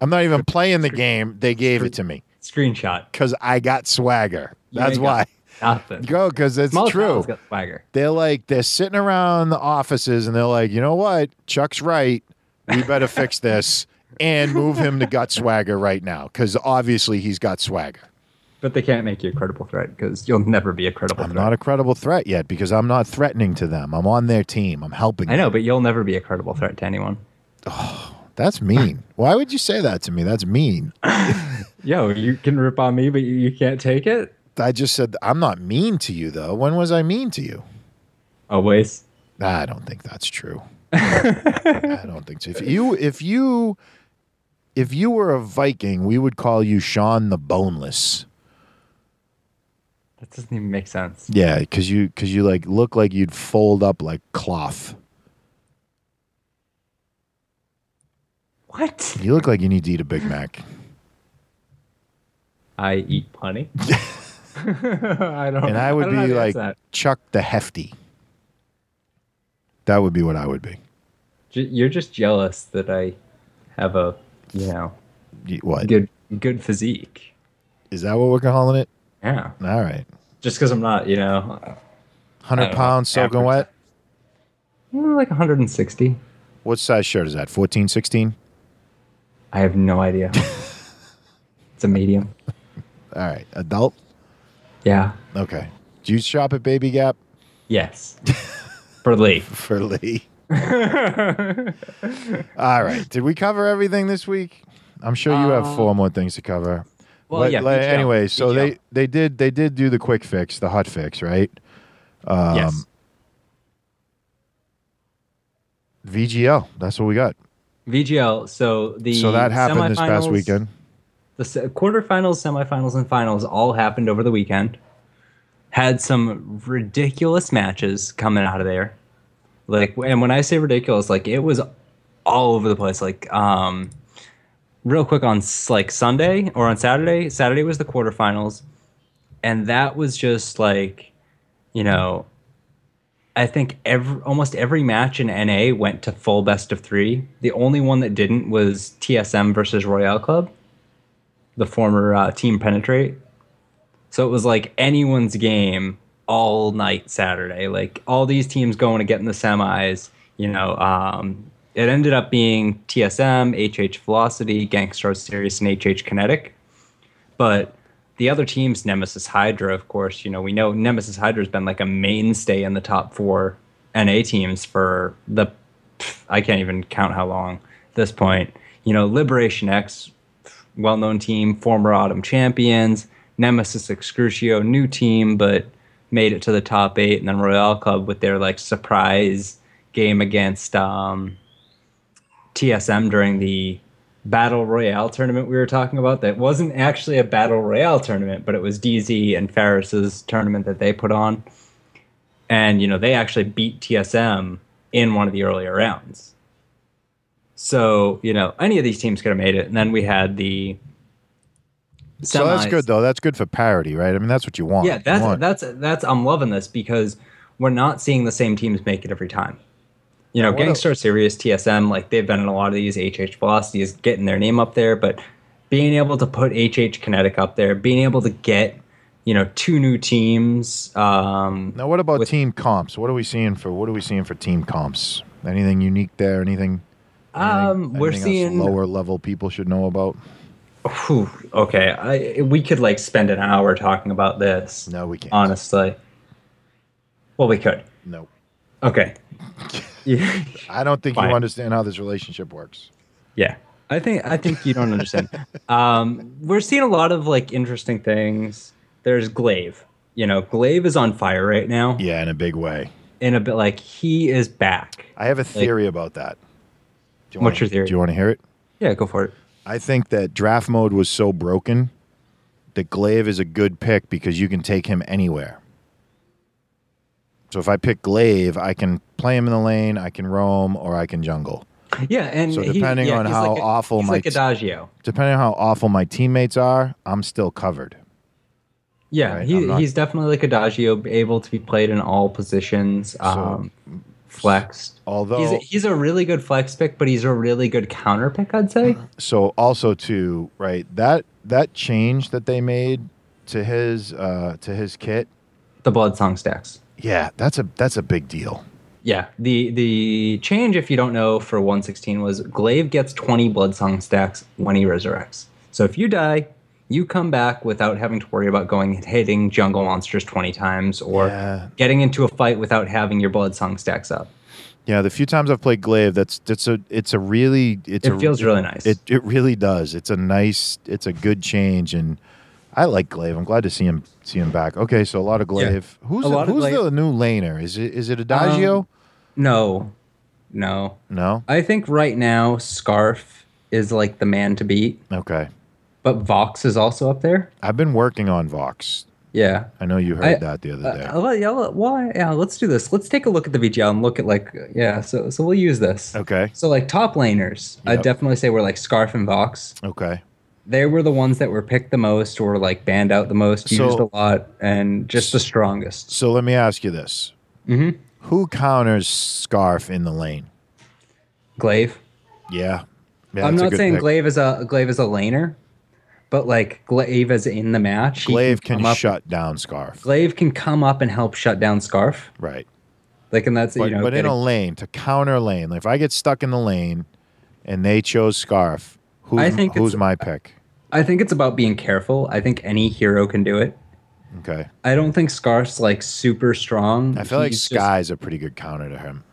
I'm not even playing the game. They gave it to me Screenshot. cuz I got swagger. You That's ain't why. got- Nothing. Go because it's Small true. town's got swagger. They're like they're sitting around the offices and they're like, you know what? Chuck's right. We better fix this and move him to gut swagger right now because obviously he's got swagger. But they can't make you a credible threat because you'll never be a credible I'm threat. not a credible threat yet because I'm not threatening to them. I'm on their team. I'm helping. I know, but you'll never be a credible threat to anyone. them. That's mean. Why would you say that to me? That's mean. Yo, you can rip on me, but you, you can't take it? I just said I'm not mean to you though. When was I mean to you? Always. I don't think that's true. I don't think so. If you if you if you were a Viking, we would call you Sean the Boneless. That doesn't even make sense. Yeah, because you because you like look like you'd fold up like cloth. What? You look like you need to eat a Big Mac. I eat punny. I don't And I would don't know how be to like answer that. Chuck the Hefty. That would be what I would be. J- you're just jealous that I have a, you know, Y- What is good good physique. that? What we're calling it? Yeah. All right, Just because I'm not, you know, hundred know, pounds soaking average. wet. I'm like 160. What size shirt is that? 14, 16? I have no idea. it's a medium. All right, adult. Yeah. Okay. Do you shop at Baby Gap Yes. For Lee. for Lee? All right. Did we cover everything this week? I'm sure you have four more things to cover. Um, well, yeah, BGL. anyway, so they BGL. they did they did do the quick fix, the hot fix, right? yes. VGL. That's what we got. VGL. So the so that happened this past semifinals- weekend. The se- quarterfinals, semifinals, and finals all happened over the weekend. Had some ridiculous matches coming out of there. Like, and when I say ridiculous, like it was all over the place. Like, um, real quick on s- like Sunday or on Saturday. Saturday was the quarterfinals, and that was just like, you know, I think every almost every match in NA went to full best of three. The only one that didn't was TSM versus Royale Club, the former uh, Team Penetrate. So it was like anyone's game all night Saturday. Like all these teams going to get in the semis. You know, um, it ended up being TSM, HH Velocity, Gangstar Sirius, and HH Kinetic. But the other teams, Nemesis Hydra, of course, you know, we know Nemesis Hydra has been like a mainstay in the top four NA teams for the, pff, I can't even count how long at this point. You know, Liberation X, well known team, former Autumn champions, Nemesis Excrucio, new team, but made it to the top eight. And then Royale Club with their like surprise game against um, TSM during the battle royale tournament we were talking about that wasn't actually a battle royale tournament but it was DZ and Ferris's tournament that they put on and you know they actually beat TSM in one of the earlier rounds so you know any of these teams could have made it and then we had the So that's semis. good though. That's good for parity, right? I mean, that's what you want. Yeah, You that's want- that's that's I'm loving this because we're not seeing the same teams make it every time. You know, what a- Gangstar Serious, TSM, like they've been in a lot of these. HH Velocity is getting their name up there, but being able to put HH Kinetic up there, being able to get you know two new teams. Um, Now, what about team comps? What are we seeing for? What are we seeing for team comps? Anything unique there? Anything? um, anything we're else seeing lower level people should know about. Whew, okay, I, we could like spend an hour talking about this. No, we can't. honestly. Well, we could. No, Okay. Yeah. I don't think Fine. you understand how this relationship works. Yeah. I think I think you don't understand. um, we're seeing a lot of like interesting things. There's Glaive. You know, Glaive is on fire right now. Yeah, in a big way. In a bit like he is back. I have a theory about that. Do you What's wanna- your theory? Do you want to hear it? Yeah, go for it. I think that draft mode was so broken that Glaive is a good pick because you can take him anywhere. So if I pick Glaive, I can play him in the lane, I can roam, or I can jungle. Yeah, and So he- depending yeah, on he's how like a- awful he's my like t- Adagio. Depending on how awful my teammates are, I'm still covered. Yeah, Right, I'm he, not- he's definitely like Adagio, able to be played in all positions. Um, flexed. Although, He's a, he's a really good flex pick, but he's a really good counter pick, I'd say. Uh-huh. so also too, right? That that change that they made to his uh, to his kit the Blood Song stacks. Yeah, that's a that's a big deal. Yeah, the the change, if you don't know, for 116 was Glaive gets 20 Blood Song stacks when he resurrects. So if you die, you come back without having to worry about going and hitting jungle monsters 20 times or Yeah. getting into a fight without having your Blood Song stacks up. Yeah, the few times I've played Glaive, that's that's a it's a really it's It a, feels really nice. It it really does. It's a nice. It's a good change, and I like Glaive. I'm glad to see him see him back. Okay, so a lot of Glaive. Who's A the, lot of who's Glaive. Um, the new laner? Is it is it Adagio? no, no. no. I think right now Scarf is like the man to beat, Okay, but Vox is also up there. I've been working on Vox. Yeah. I know you heard I- that the other day. Uh, well, yeah, well, why? Yeah, let's do this. Let's take a look at the VGL and look at like yeah. So so we'll use this. okay, So like top laners, I Yep. definitely say we're like Scarf and Vox. okay. They were the ones that were picked the most or like banned out the most, So- used a lot, and just the strongest. So let me ask you this: Mm-hmm. Who counters Scarf in the lane? Glaive. Yeah, Yeah, I'm that's a not good saying pick. Glaive is a Glaive is a laner, but like Glaive is in the match. he Glaive can come up, shut down Scarf, Glaive can come up and help shut down Scarf. right? Like, and that's But, you know, but in getting- a lane to counter lane, like if I get stuck in the lane, and they chose Scarf, who's, I think who's it's- my pick? I think it's about being careful. I think any hero can do it. Okay, I don't think Scarf's like super strong. I feel like He's just- Sky's a pretty good counter to him.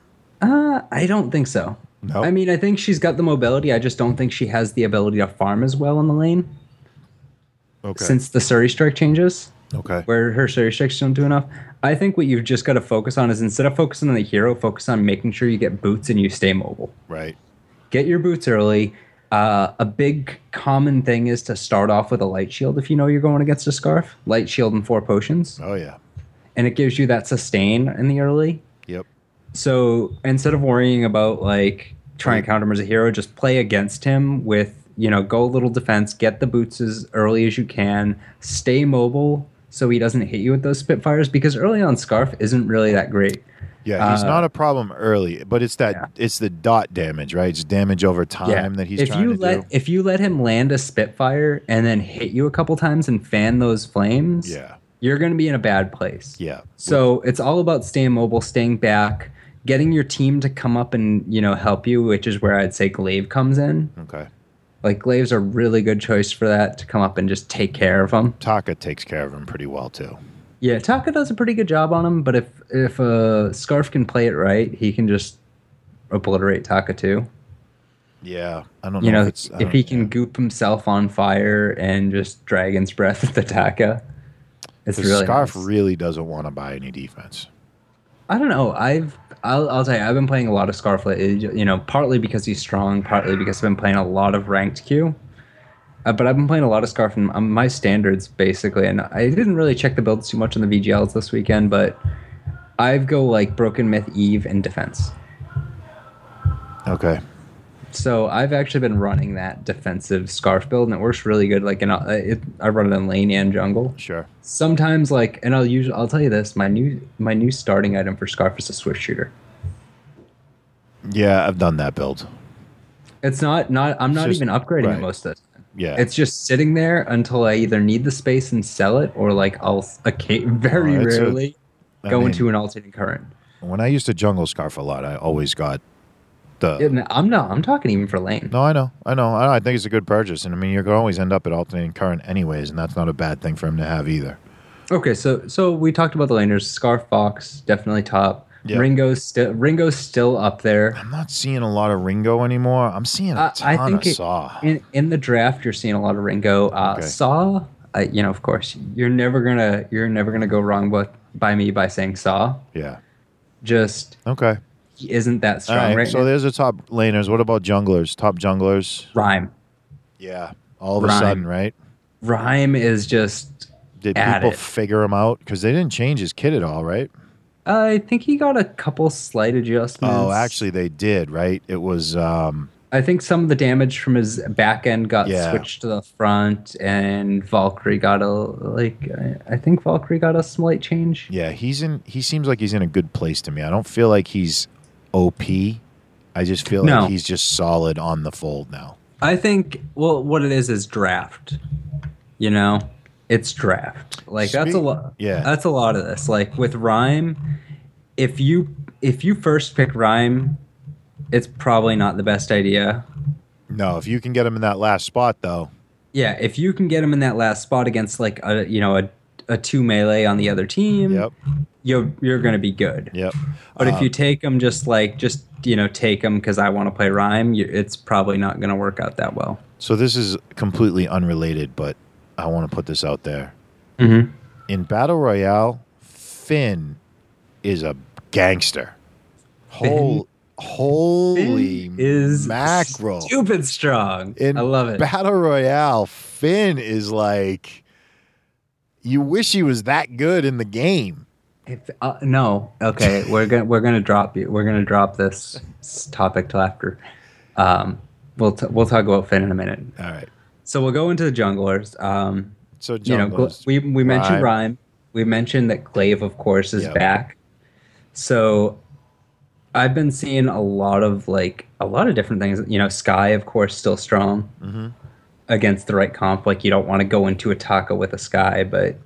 uh, I don't think so. No? I mean, I think she's got the mobility. I just don't think she has the ability to farm as well in the lane Okay, since the Surrey Strike changes, okay, where her Surrey Strikes don't do enough. I think what you've just got to focus on is instead of focusing on the hero, focus on making sure you get boots and you stay mobile. right, Get your boots early. Uh, a big common thing is to start off with a light shield if you know you're going against a scarf. Light shield and four potions. oh yeah, and it gives you that sustain in the early. yep, So instead of worrying about like trying to counter him as a hero, just play against him with you know go a little defense, get the boots as early as you can, stay mobile so he doesn't hit you with those spitfires because early on Scarf isn't really that great. yeah. He's Uh, not a problem early, but it's that yeah. it's the dot damage, right? It's damage over time that he's if trying you to let do. if you let him land a spitfire and then hit you a couple times and fan those flames, Yeah, you're going to be in a bad place. yeah. So it's all about staying mobile, staying back, getting your team to come up and you know help you, which is where I'd say Glaive comes in. Okay, Like Glaive's a really good choice for that to come up and just take care of them. Taka takes care of him pretty well too. Yeah, Taka does a pretty good job on him, but if if uh, Scarf can play it right, he can just obliterate Taka too. Yeah, I don't know. You know, if, it's, I if don't- he can Oh, uh, yeah. goop himself on fire and just Dragon's Breath at the Taka, it's The really Scarf nice. really doesn't want to buy any defense. I don't know. I've I'll, I'll tell you, I've been playing a lot of Scarf lately. You know, partly because he's strong, partly because I've been playing a lot of ranked queue. Uh, but I've been playing a lot of Scarf and um, my standards basically. And I didn't really check the builds too much on the VGLs this weekend, but I've go like Broken Myth, Eve, and Defense. Okay. So I've actually been running that defensive Scarf build, and it works really good. Like, in, uh, it, I run it in lane and jungle. Sure. Sometimes, like, and I'll usually I'll tell you this: my new my new starting item for Scarf is a Swift Shooter. Yeah, I've done that build. It's not not I'm not just- even upgrading right. it most of the time. Yeah. It's just sitting there until I either need the space and sell it or like I'll okay, very Oh, it's a- rarely I go mean, into an alternating current. when I used to jungle scarf a lot, I always got the. And I'm not I'm talking even for lane. Oh. no, I know, I know, I know. I think it's a good purchase, and I mean, you're gonna always end up at alternating current anyways, and that's not a bad thing for him to have either. Okay, so so we talked about the laners. Scarf Fox definitely top. Yeah. Ringo's still Ringo's still up there. I'm not seeing a lot of Ringo anymore. I'm seeing a I- ton I think of it- Saw. In, in the draft, you're seeing a lot of Ringo. Uh, Okay. Saw, uh, you know, of course, you're never gonna you're never gonna go wrong with by me by saying Saw. yeah. Just Okay. he isn't that All strong right. right so now. there's the top laners. What about junglers? Top junglers? Rhyme. Yeah. All of a Rhyme. sudden, right? Rhyme is just. Did At people it. figure him out? Because they didn't change his kit at all, right? I think he got a couple slight adjustments. Oh, actually, they did, right? It was um, I think some of the damage from his back end got Yeah. switched to the front, and Valkyrie got a like. I- I think Valkyrie got a slight change. Yeah, he's in. He seems like he's in a good place to me. I don't feel like he's OP. I just feel No. like he's just solid on the fold now. I think. Well, what it is is draft. You know, it's draft. Like that's a Speak- lot. yeah. that's a lot of this. Like with rhyme, if you if you first pick rhyme, it's probably not the best idea. No, if you can get him in that last spot though, Yeah, if you can get him in that last spot against like a you know a a two melee on the other team, yep, you're you're gonna be good. yep. But if Um, you take them just like just you know take them because I want to play rhyme, you, it's probably not going to work out that well. so this is completely unrelated, but I want to put this out there. Mm-hmm. in battle royale, Finn is a gangster. Hol- holy is mackerel! stupid strong. in I love it. battle royale, Finn is like you wish he was that good in the game. If- uh, no, okay, we're gonna we're gonna drop you. We're gonna drop this s- topic till after. Um, we'll t- we'll talk about Finn in a minute. All right, So we'll go into the junglers. Um, so you know, junglers. Gl- we we mentioned Rhyme. rhyme. We mentioned that Glaive, of course, is Yep. back. So I've been seeing a lot of like a lot of different things. You know, Sky, of course, still strong Mhm. against the right comp. Like you don't want to go into a taco with a Sky, but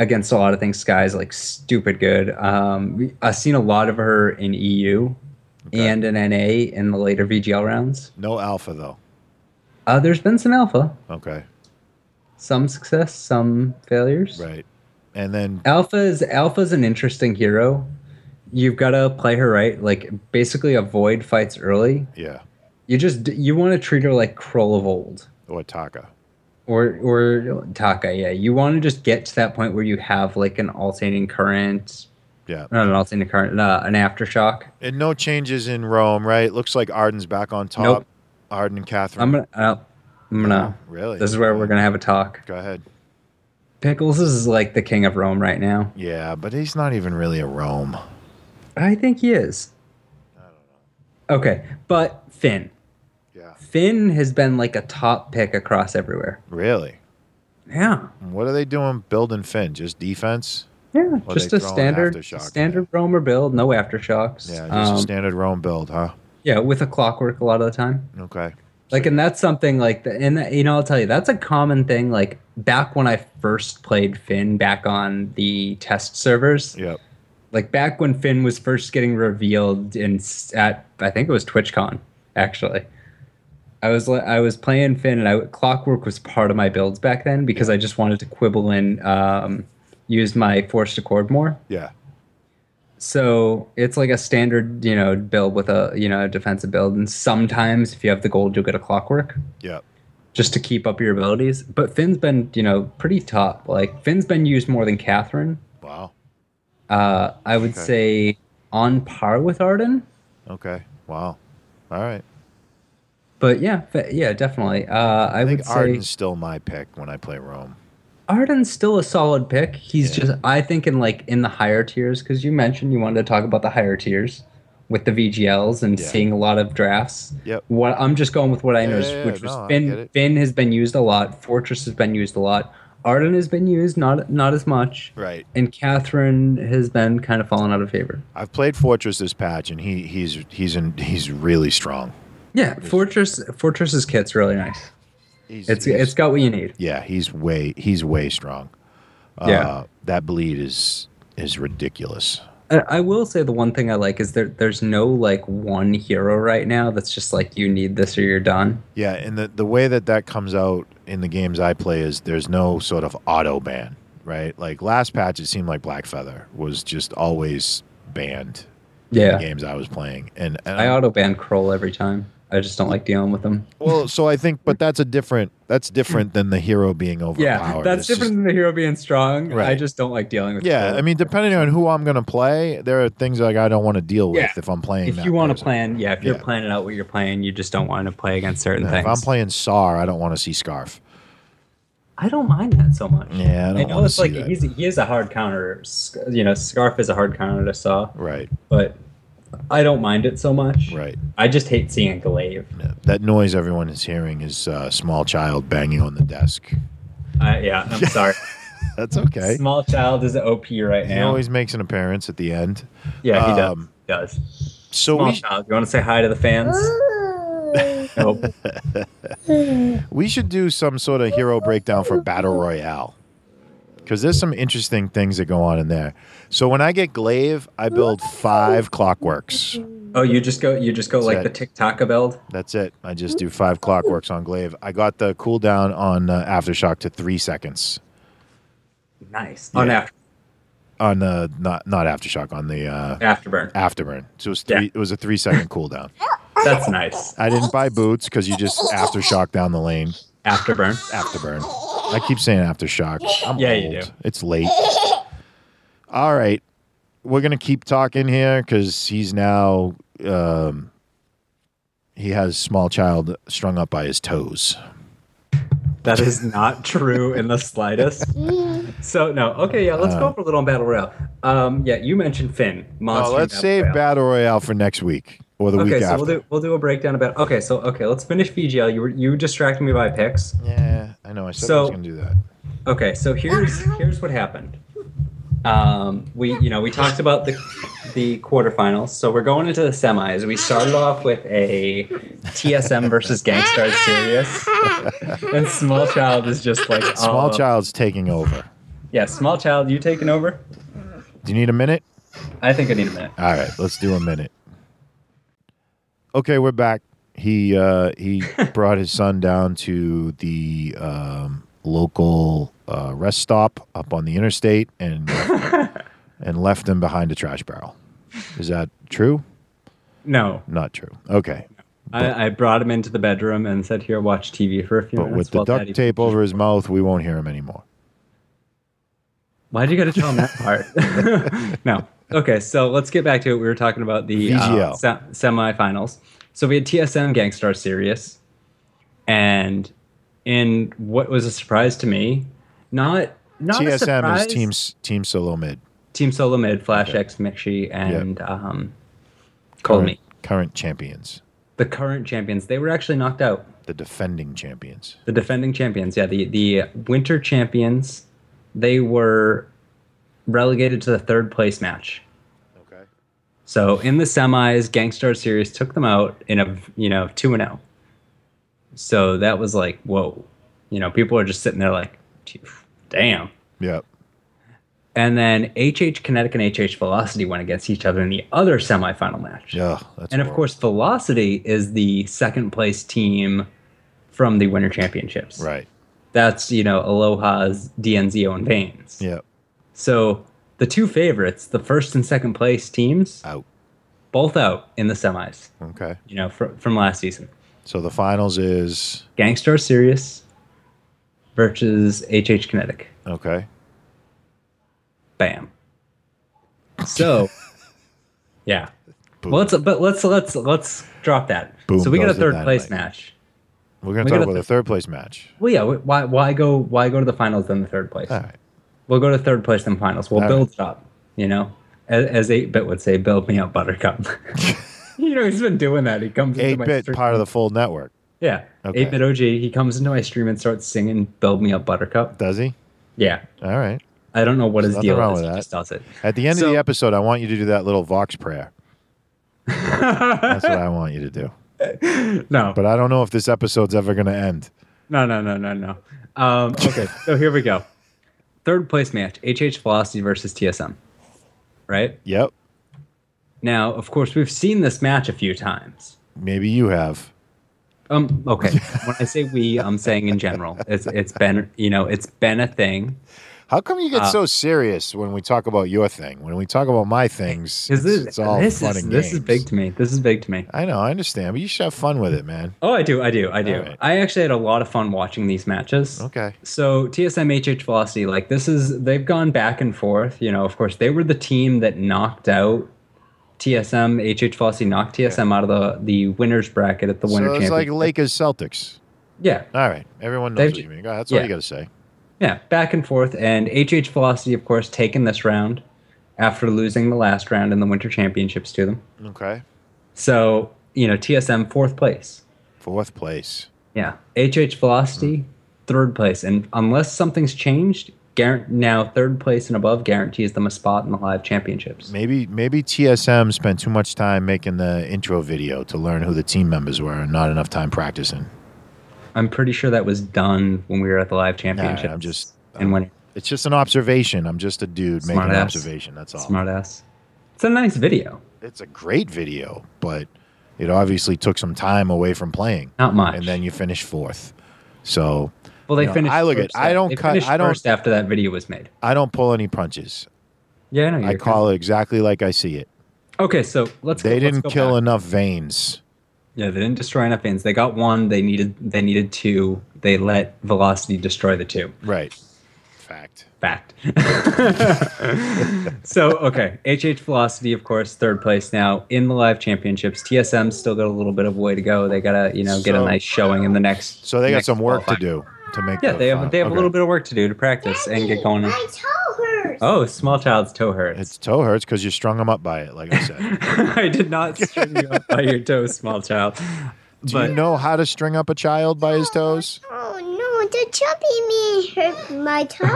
against a lot of things, Sky is like stupid good. Um, I've seen a lot of her in EU Okay. and in NA in the later VGL rounds. no alpha though. Uh, there's been some alpha, Okay, some success, some failures. right, and then Alpha is Alpha's an interesting hero. You've got to play her right, like basically avoid fights early. yeah, You just you want to treat her like Kroll of old or Taka. or or Taka. Yeah, you want to just get to that point where you have like an alternating current, Yeah, not an alternating current, uh, an aftershock. and no changes in Rome, right? Looks like Arden's back on top. Nope. Arden and Catherine. I'm gonna, uh, I'm gonna. really. This is where we're gonna have a talk. go ahead. Pickles is like the king of Rome right now. Yeah, but he's not even really a Rome. I think he is. Okay, but Finn. Yeah. Finn has been like a top pick across everywhere. Really? Yeah. What are they doing building Finn? Just defense? Yeah. Or just they a throw an standard aftershock in standard roamer build, no aftershocks. Yeah, just Um, a standard Rome build, huh? yeah, with a clockwork a lot of the time. Okay. Like and that's something like the and that, you know, I'll tell you, that's a common thing like back when I first played Finn back on the test servers. Yep. Like back when Finn was first getting revealed in s- at I think it was TwitchCon actually. I was li- I was playing Finn and I Clockwork was part of my builds back then because I just wanted to quibble and um, use my Forced Accord more. Yeah. So it's like a standard, you know, build with a you know defensive build, and sometimes if you have the gold, you'll get a clockwork Yep. just to keep up your abilities. But Finn's been you know pretty top. Like Finn's been used more than Catherine. Wow. Uh, I would say on par with Arden. Okay. Wow. All right. But yeah, Fi- yeah, definitely. Uh, I, I, would think say Arden's still my pick when I play Rome. Arden's still a solid pick. He's Yeah. just I think in like in the higher tiers because you mentioned you wanted to talk about the higher tiers with the VGLs and Yeah. seeing a lot of drafts. Yep. What I'm just going with what I Yeah, noticed, yeah, yeah. which was No, I get Finn. it. Finn has been used a lot. Fortress has been used a lot. Arden has been used not not as much, Right. and Catherine has been kind of fallen out of favor. I've played Fortress this patch and he he's he's in he's really strong. Yeah, Fortress Fortress's kit's really nice. He's, It's he's- it's got what you need. yeah, he's way he's way strong. Uh, Yeah. that bleed is is ridiculous. I I will say the one thing I like is there. There's no like one hero right now that's just like you need this or you're done. Yeah, and the the way that that comes out in the games I play is there's no sort of auto ban, right? Like last patch, it seemed like Blackfeather was just always banned in the Yeah, games I was playing, and, and I auto ban Kroll every time. I just don't like dealing with them. well, so I think, but that's a different that's different than the hero being overpowered. Yeah, that's It's just- different than the hero being strong. I Right. just don't like dealing with. yeah, Kroll. I mean, depending on who I'm going to play, there are things like I don't want to deal with Yeah. if I'm playing. if that you want to person. plan, yeah, if you're Yeah. planning out what you're playing, you just don't want to play against certain Yeah, things. if I'm playing Sar, I don't want to see Scarf. I don't mind that so much. Yeah, I don't I know wanna it's see like that. he's he is a hard counter. S- You know, Scarf is a hard counter to Saw, Right, but I don't mind it so much. right. I just hate seeing a glaive. That noise everyone is hearing is uh, small child banging on the desk. I yeah, I'm sorry. That's okay. Small child is an OP right He now. always makes an appearance at the end. yeah, he um, does. He does. So Small we, child, you want to say hi to the fans? nope. we should do some sort of hero breakdown for Battle Royale. because there's some interesting things that go on in there. So when I get glaive, I build five clockworks. Oh, you just go you just go like Set. the TikTok build. That's it. I just do five clockworks on glaive. I got the cooldown on uh, aftershock to three seconds Nice. Oh, On after on uh, not not aftershock on the uh, afterburn. afterburn. So it was three. Yeah. It was a three second cooldown. That's nice. I didn't buy boots because you just aftershock down the lane. Afterburn. Afterburn. I keep saying aftershock. I'm Yeah, old. you do. It's late. All right, we're gonna keep talking here because he's now um, he has small child strung up by his toes. That is not true in the slightest. So no, okay, yeah, Uh. let's go for a little on battle royale. Um, yeah, you mentioned Finn, Oh, monster. in let's battle save royale. battle royale for next week or the Okay, week so after. we'll do we'll do a breakdown about. Okay, so okay, let's finish VGL. You were, you distracted me by picks. yeah, I know. I said I So- was gonna do that. Okay, so here's here's what happened. Um, we you know we talked about the the quarterfinals, so we're going into the semis. We started off with a TSM versus Gangstar Serious, and Small Child is just like Small oh. child's taking over. Yeah, Small Child, you taking over? Do you need a minute? I think I need a minute. All right, let's do a minute. Okay, we're back. He uh, he brought his son down to the um, local uh, rest stop up on the interstate and and left him behind a trash barrel. Is that true? No, Not true. Okay, I, I brought him into the bedroom and said, "Here, watch TV for a few but minutes." with the while duct Daddy- tape over his mouth, we won't hear him anymore. Why'd you got to tell him that part? no. Okay, so let's get back to it. We were talking about the uh, VGL. se- semifinals. So we had TSM Gangstar Serious, and in what was a surprise to me, not not a TSM is surprise, team s- team solo mid. Team Solo Mid, Flash X Mixi, and um, Call Current- Me, current champions, the current champions. They were actually knocked out. the defending champions. The defending champions, yeah, the the winter champions, they were relegated to the third place match. Okay. So in the semis, Gangstar Series took them out in a you know two and zero. So that was like whoa, you know people are just sitting there like, damn. Yep. And then HH Kinetic and HH Velocity went against each other in the other semifinal match. Yeah. That's and of horrible. course, Velocity is the second place team from the Winter Championships. Right. That's you know Aloha's DNZO and Veins. Yep. So the two favorites, the first and second place teams, Out. both out in the semis. Okay. you know, fr- from last season. So the finals is Gangstar Serious versus HH Kinetic. okay. Bam. So, yeah. Boom. Well, let's but let's let's let's drop that. Boom so we got a goes the third place dynamite. match. We're gonna we talk gotta about the third place match. Well, yeah. wh- Why why go why go to the finals then the third place? All right. We'll go to third place then finals. We'll All build it up. You know, as, as eight bit would say, build me up, Buttercup. you know, he's been doing that. He comes into Eight my bit stream- part of the full network. yeah. Okay. Eight bit OG. He comes into my stream and starts singing "Build Me Up, Buttercup." Does he? Yeah. All right. I don't know what his nothing deal wrong is. with He that. just does it. At the end So- of the episode, I want you to do that little Vox prayer. That's what I want you to do. No, But I don't know if this episode's ever gonna end. no, no, no, no, no. Um, okay, so here we go. Third place match: HH Velocity versus TSM. Right Yep. now, of course, we've seen this match a few times. Maybe you have. Um, okay, when I say we, I'm saying in general. It's it's been you know it's been a thing. How come you get Uh, so serious when we talk about your thing? When we talk about my things, it's, Is this it's all this fun is and this is games. big to me. This is big to me. I know, I understand, but you should have fun with it, man. Oh, I do, I do, I do. All right. I actually had a lot of fun watching these matches. Okay. So TSM HH Velocity, like this is they've gone back and forth. You know, of course, they were the team that knocked out TSM HH Velocity, knocked TSM out of the the winners bracket at the winner so it's like championship. Lakers Celtics. yeah, All right. Everyone knows They've- what you mean. Go ahead. That's all yeah. you gotta say. yeah, back and forth, and HH Velocity, of course, taken this round after losing the last round in the winter championships to them. Okay. So you know, TSM fourth place. Fourth place. Yeah, HH Velocity, third place, and unless something's changed, guar- now third place and above guarantees them a spot in the live championships. Maybe maybe TSM spent too much time making the intro video to learn who the team members were and not enough time practicing. I'm pretty sure that was done when we were at the live Nah, championship. I'm just and when It's just an observation. I'm just a dude making an Smartass. observation. That's all. Smartass. It's a nice video. It's a great video, but it obviously took some time away from playing, Not much. and then you finish fourth. So well, they you know, finished. I look at- first I af- don't they cut- finished I don't- first after that video was made. I don't pull any punches. Yeah, I know. I you're call it exactly like I see it. good. Okay, so let's. They let's didn't go kill back. enough veins. Yeah, they didn't destroy enough fans. They got one. They needed. They needed two. They let Velocity destroy the two. Right. Fact. Fact. so okay, HH Velocity, of course, third place now in the live championships. TSM still got a little bit of way to go. They gotta you know get So- a nice showing in the next. So they got next some work to qualifier. do to make. Yeah, the they final. have they have Okay. a little bit of work to do to practice and get going. My toe hurts. Oh, small child's toe hurts. It's toe hurts because you strung them up by it, like I said. I did not string you up by your toe, small child. Do But you know how to string up a child by his toes? Oh no, the chubby me hurt my toe.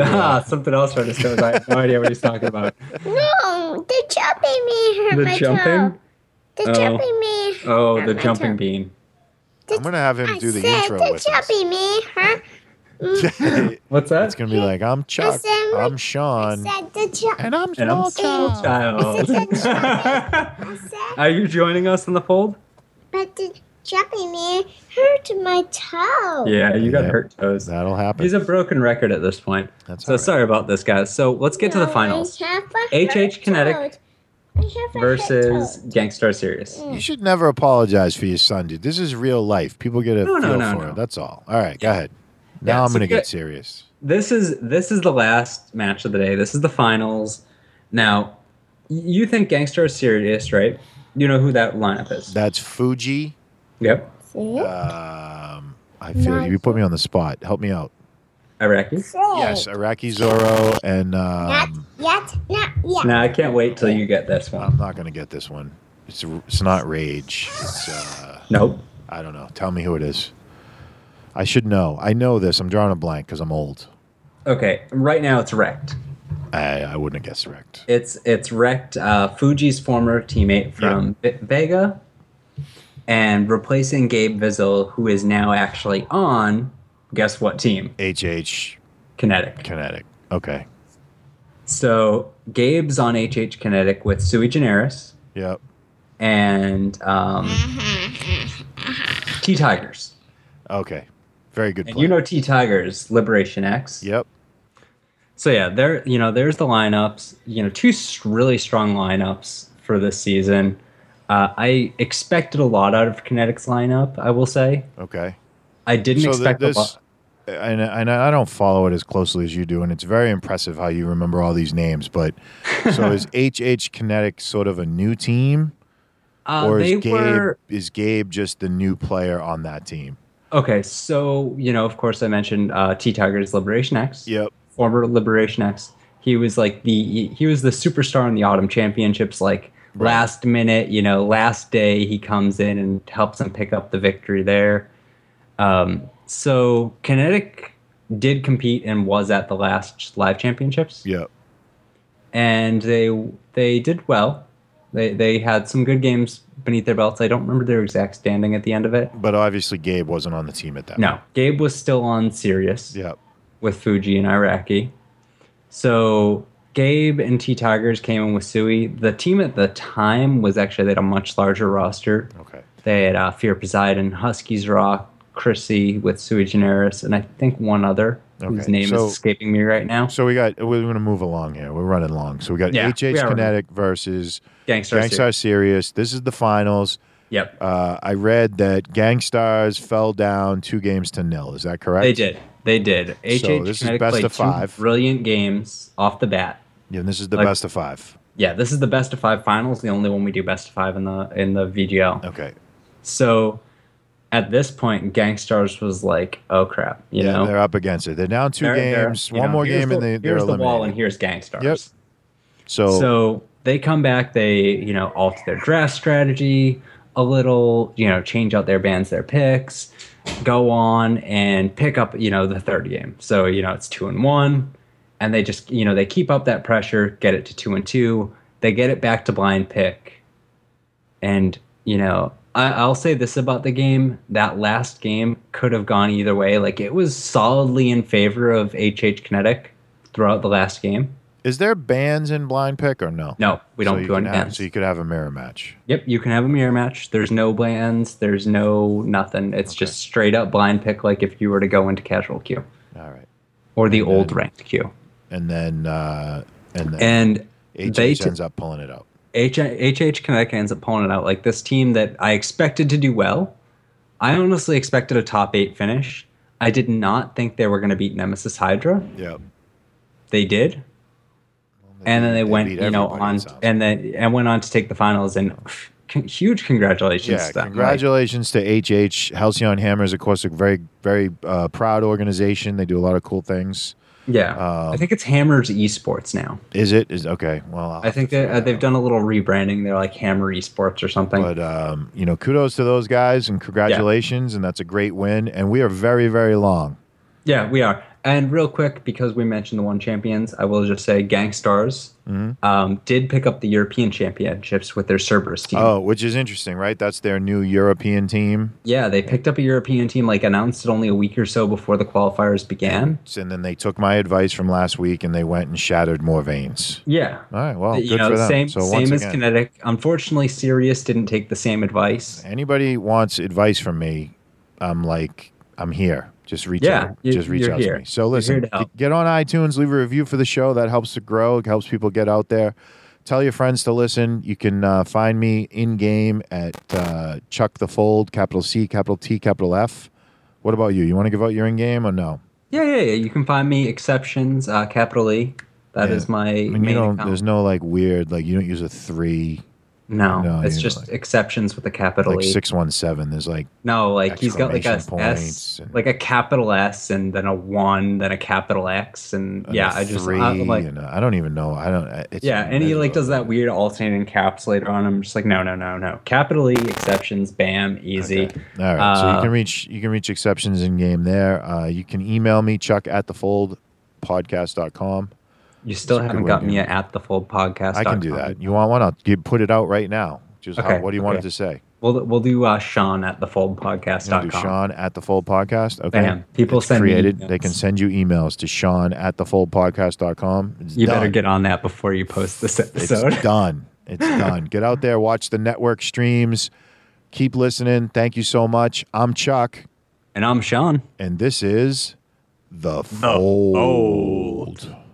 ah, something else for his toes. I have no idea what he's talking about. no, the chubby me hurt The my toe. jumping? The Oh. chubby me. hurt Oh, the my jumping toe. bean. I'm gonna have him I do the said intro the with us. chubby me Mm, hurt. What's that? It's gonna be like I'm Chuck, said- I'm Sean, Said the chubby. and I'm and small I'm small child. child. Are you joining us on the fold? But the chubby me hurt my toe. Yeah, you got Yeah. hurt toes. That'll happen. He's a broken record at this point. That's so all right. sorry about this, guys. So let's get to the No, I finals. have a hurt HH Kinetic toe. I have a hurt Mm. Versus toe. Gangstar Series. you should never apologize for your son, dude. This is real life. People get a No, feel no, no, for no. it. That's all. All right, go ahead. Now Yeah, I'm so gonna you get got- serious. This is this is the last match of the day. This is the finals. Now, y- you think Gangstar Series, right? You know who that lineup is. That's Fuji. Yep. See? Uh, Um, I feel you. You put me on the spot. Help me out. Iraqi. Yes, Iraqi Zoro, and Not um, yet, not yet. Now I can't wait till you get this I'm one. not gonna get this one. It's it's not Rage. It's uh, Nope. I don't know. Tell me who it is. I should know. I know this. I'm drawing a blank because I'm old. Okay. Right now it's wrecked. I, I wouldn't have guessed wrecked. It's it's wrecked. Uh, Fuji's former teammate from Ve- Vega, and replacing Gabe Vizel, who is now actually on. Guess what team? HH Kinetic. Kinetic. Okay. So Gabe's on HH Kinetic with Sui Generis Yep. and um, T Tigers. Okay. Very good. And Play. you know T Tigers, Liberation X. Yep. So yeah, there you know there's the lineups. You know, two s- really strong lineups for this season. Uh, I expected a lot out of Kinetic's lineup. I will say Okay. I didn't So th- expect this- a lot. And, and I don't follow it as closely as you do, and it's very impressive how you remember all these names. But so is HH Kinetic sort of a new team, Uh, or they is Gabe were is Gabe just the new player on that team? okay. So you know, of course, I mentioned uh, T Tigers Liberation X, Yep. former Liberation X. He was like the he was the superstar in the Autumn Championships. Like Right. last minute, you know, last day he comes in and helps them pick up the victory there. Um, so Kinetic did compete and was at the last live championships, Yep. and they they did well. They they had some good games beneath their belts. I don't remember their exact standing at the end of it. But obviously Gabe wasn't on the team at that. No, Gabe was still on Sirius Yep. with Fuji and Iraqi. So Gabe and T Tigers came in with Sui. The team at the time was actually they had a much larger roster. Okay. They had uh, Fear Poseidon, Huskies Rock, Chrissy with Sui Generis, and I think one other whose Okay, name so- is escaping me right now. So we got we're going to move along here. We're running long. So we got Yeah, HH we are. Kinetic versus Gangstar. Gangstar Serious. This is the finals. Yep, Uh, I read that Gangstars fell down two games to nil. Is that correct? they did. They did. HH So this is Kinetic best played of five. two brilliant games off the bat. Yeah, and this is the Like- best of five. Yeah, this is the best of five finals. The only one we do best of five in the in the VGL. Okay. So at this point, Gangstars was like, "Oh crap!" You yeah, know, they're up against it. They're down 2 They're- they're- games. you one know, more here's game, and the- they, they're here's the eliminated. wall, and here's Gangstars. Yep. so, So they come back. They you know alter their draft strategy a little. You know, change out their bands, their picks, go on and pick up you know the third game. So you know it's two and one, and they just you know they keep up that pressure, get it to two and two. They get it back to blind pick. And, you know, I, I'll say this about the game that last game could have gone either way. Like, it was solidly in favor of HH Kinetic. throughout the last game. Is there bans in blind pick or no? No, we So don't you do can any have- bans. So you could have a mirror match. Yep, you can have a mirror match. There's no bans. There's no nothing. It's just straight up blind pick, like if you were to go into casual queue All right, or the old ranked queue. and then uh, and then And they HH t- ends up pulling it out. H- HH Connecticut ends up pulling it out. Like this team that I expected to do well, I honestly expected a top eight finish. I did not think they were going to beat Nemesis Hydra. Yep. They did, and then they, went, beat you know, everybody, on it sounds and then and went on to take the finals. And con- huge congratulations Yeah, to them. Like, congratulations to HH. Halcyon Hammers, of course, a very, very uh, proud organization. They do a lot of cool things. yeah, I Um, think it's Hammers Esports now. Is it? Is okay. Well, I'll I think they, uh, they've done a little rebranding. They're like Hammer Esports or something. But um, you know, kudos to those guys and congratulations, and that's a great win. And we are very, very long. yeah, we are. And real quick, because we mentioned the one champions, I will just say Gangstars Mm-hmm. um, did pick up the European Championships with their Cerberus team. Oh, which is interesting, right? That's their new European team, Yeah, they picked up a European team, like announced it only a week or so before the qualifiers began. and then they took my advice from last week and they went and shattered more veins. Yeah. All right, well, you Oh, good know, for them. same, so once same as again, Kinetic. Unfortunately, Sirius didn't take the same advice. anybody wants advice from me, I'm like, I'm here. Just reach Yeah, out. you- Just reach you're out here. to me. So You're here listen, to help. get on iTunes, leave a review for the show. That helps to grow. It helps people get out there. Tell your friends to listen. You can uh, find me in game at uh, Chuck the Fold, capital C, capital T, capital F. What about you? You want to give out your in game or no? Yeah, yeah, yeah. You can find me exceptions, uh, capital E. That is Yeah. my I mean, main you don't. account. There's no like weird like you don't use a three No, No, it's you- just exceptions with a capital like E. six one seven. There's like no, like he's got like a exclamation points S, and- like a capital S, and then a one, then a capital X, and and yeah, a I just three I, like and a- I don't even know. I don't. It's yeah, and he like miserable. does that weird alternating caps later on. I'm just like no, no, no, no. Capital E exceptions, bam, easy. Okay. All right. so you Uh, can reach you can reach exceptions in game there. Uh, you can email me Chuck at the fold podcast.com. You still That's a good haven't way to got do me it. at the fold podcast. I can do that. You want one? I'll give, put it out right now. Just how, Okay, what do you want it okay. to say? We'll we'll do uh, Sean at the fold You wanna podcast.com. do Sean at the fold podcast. Okay. Bam. People It's send me created. they emails. can send you emails to Sean at the fold podcast.com. It's You done. better get on that before you post this It's episode. done. It's done. Get out there, watch the network streams. Keep listening. Thank you so much. I'm Chuck, and I'm Sean. and this is the, Fold. fold.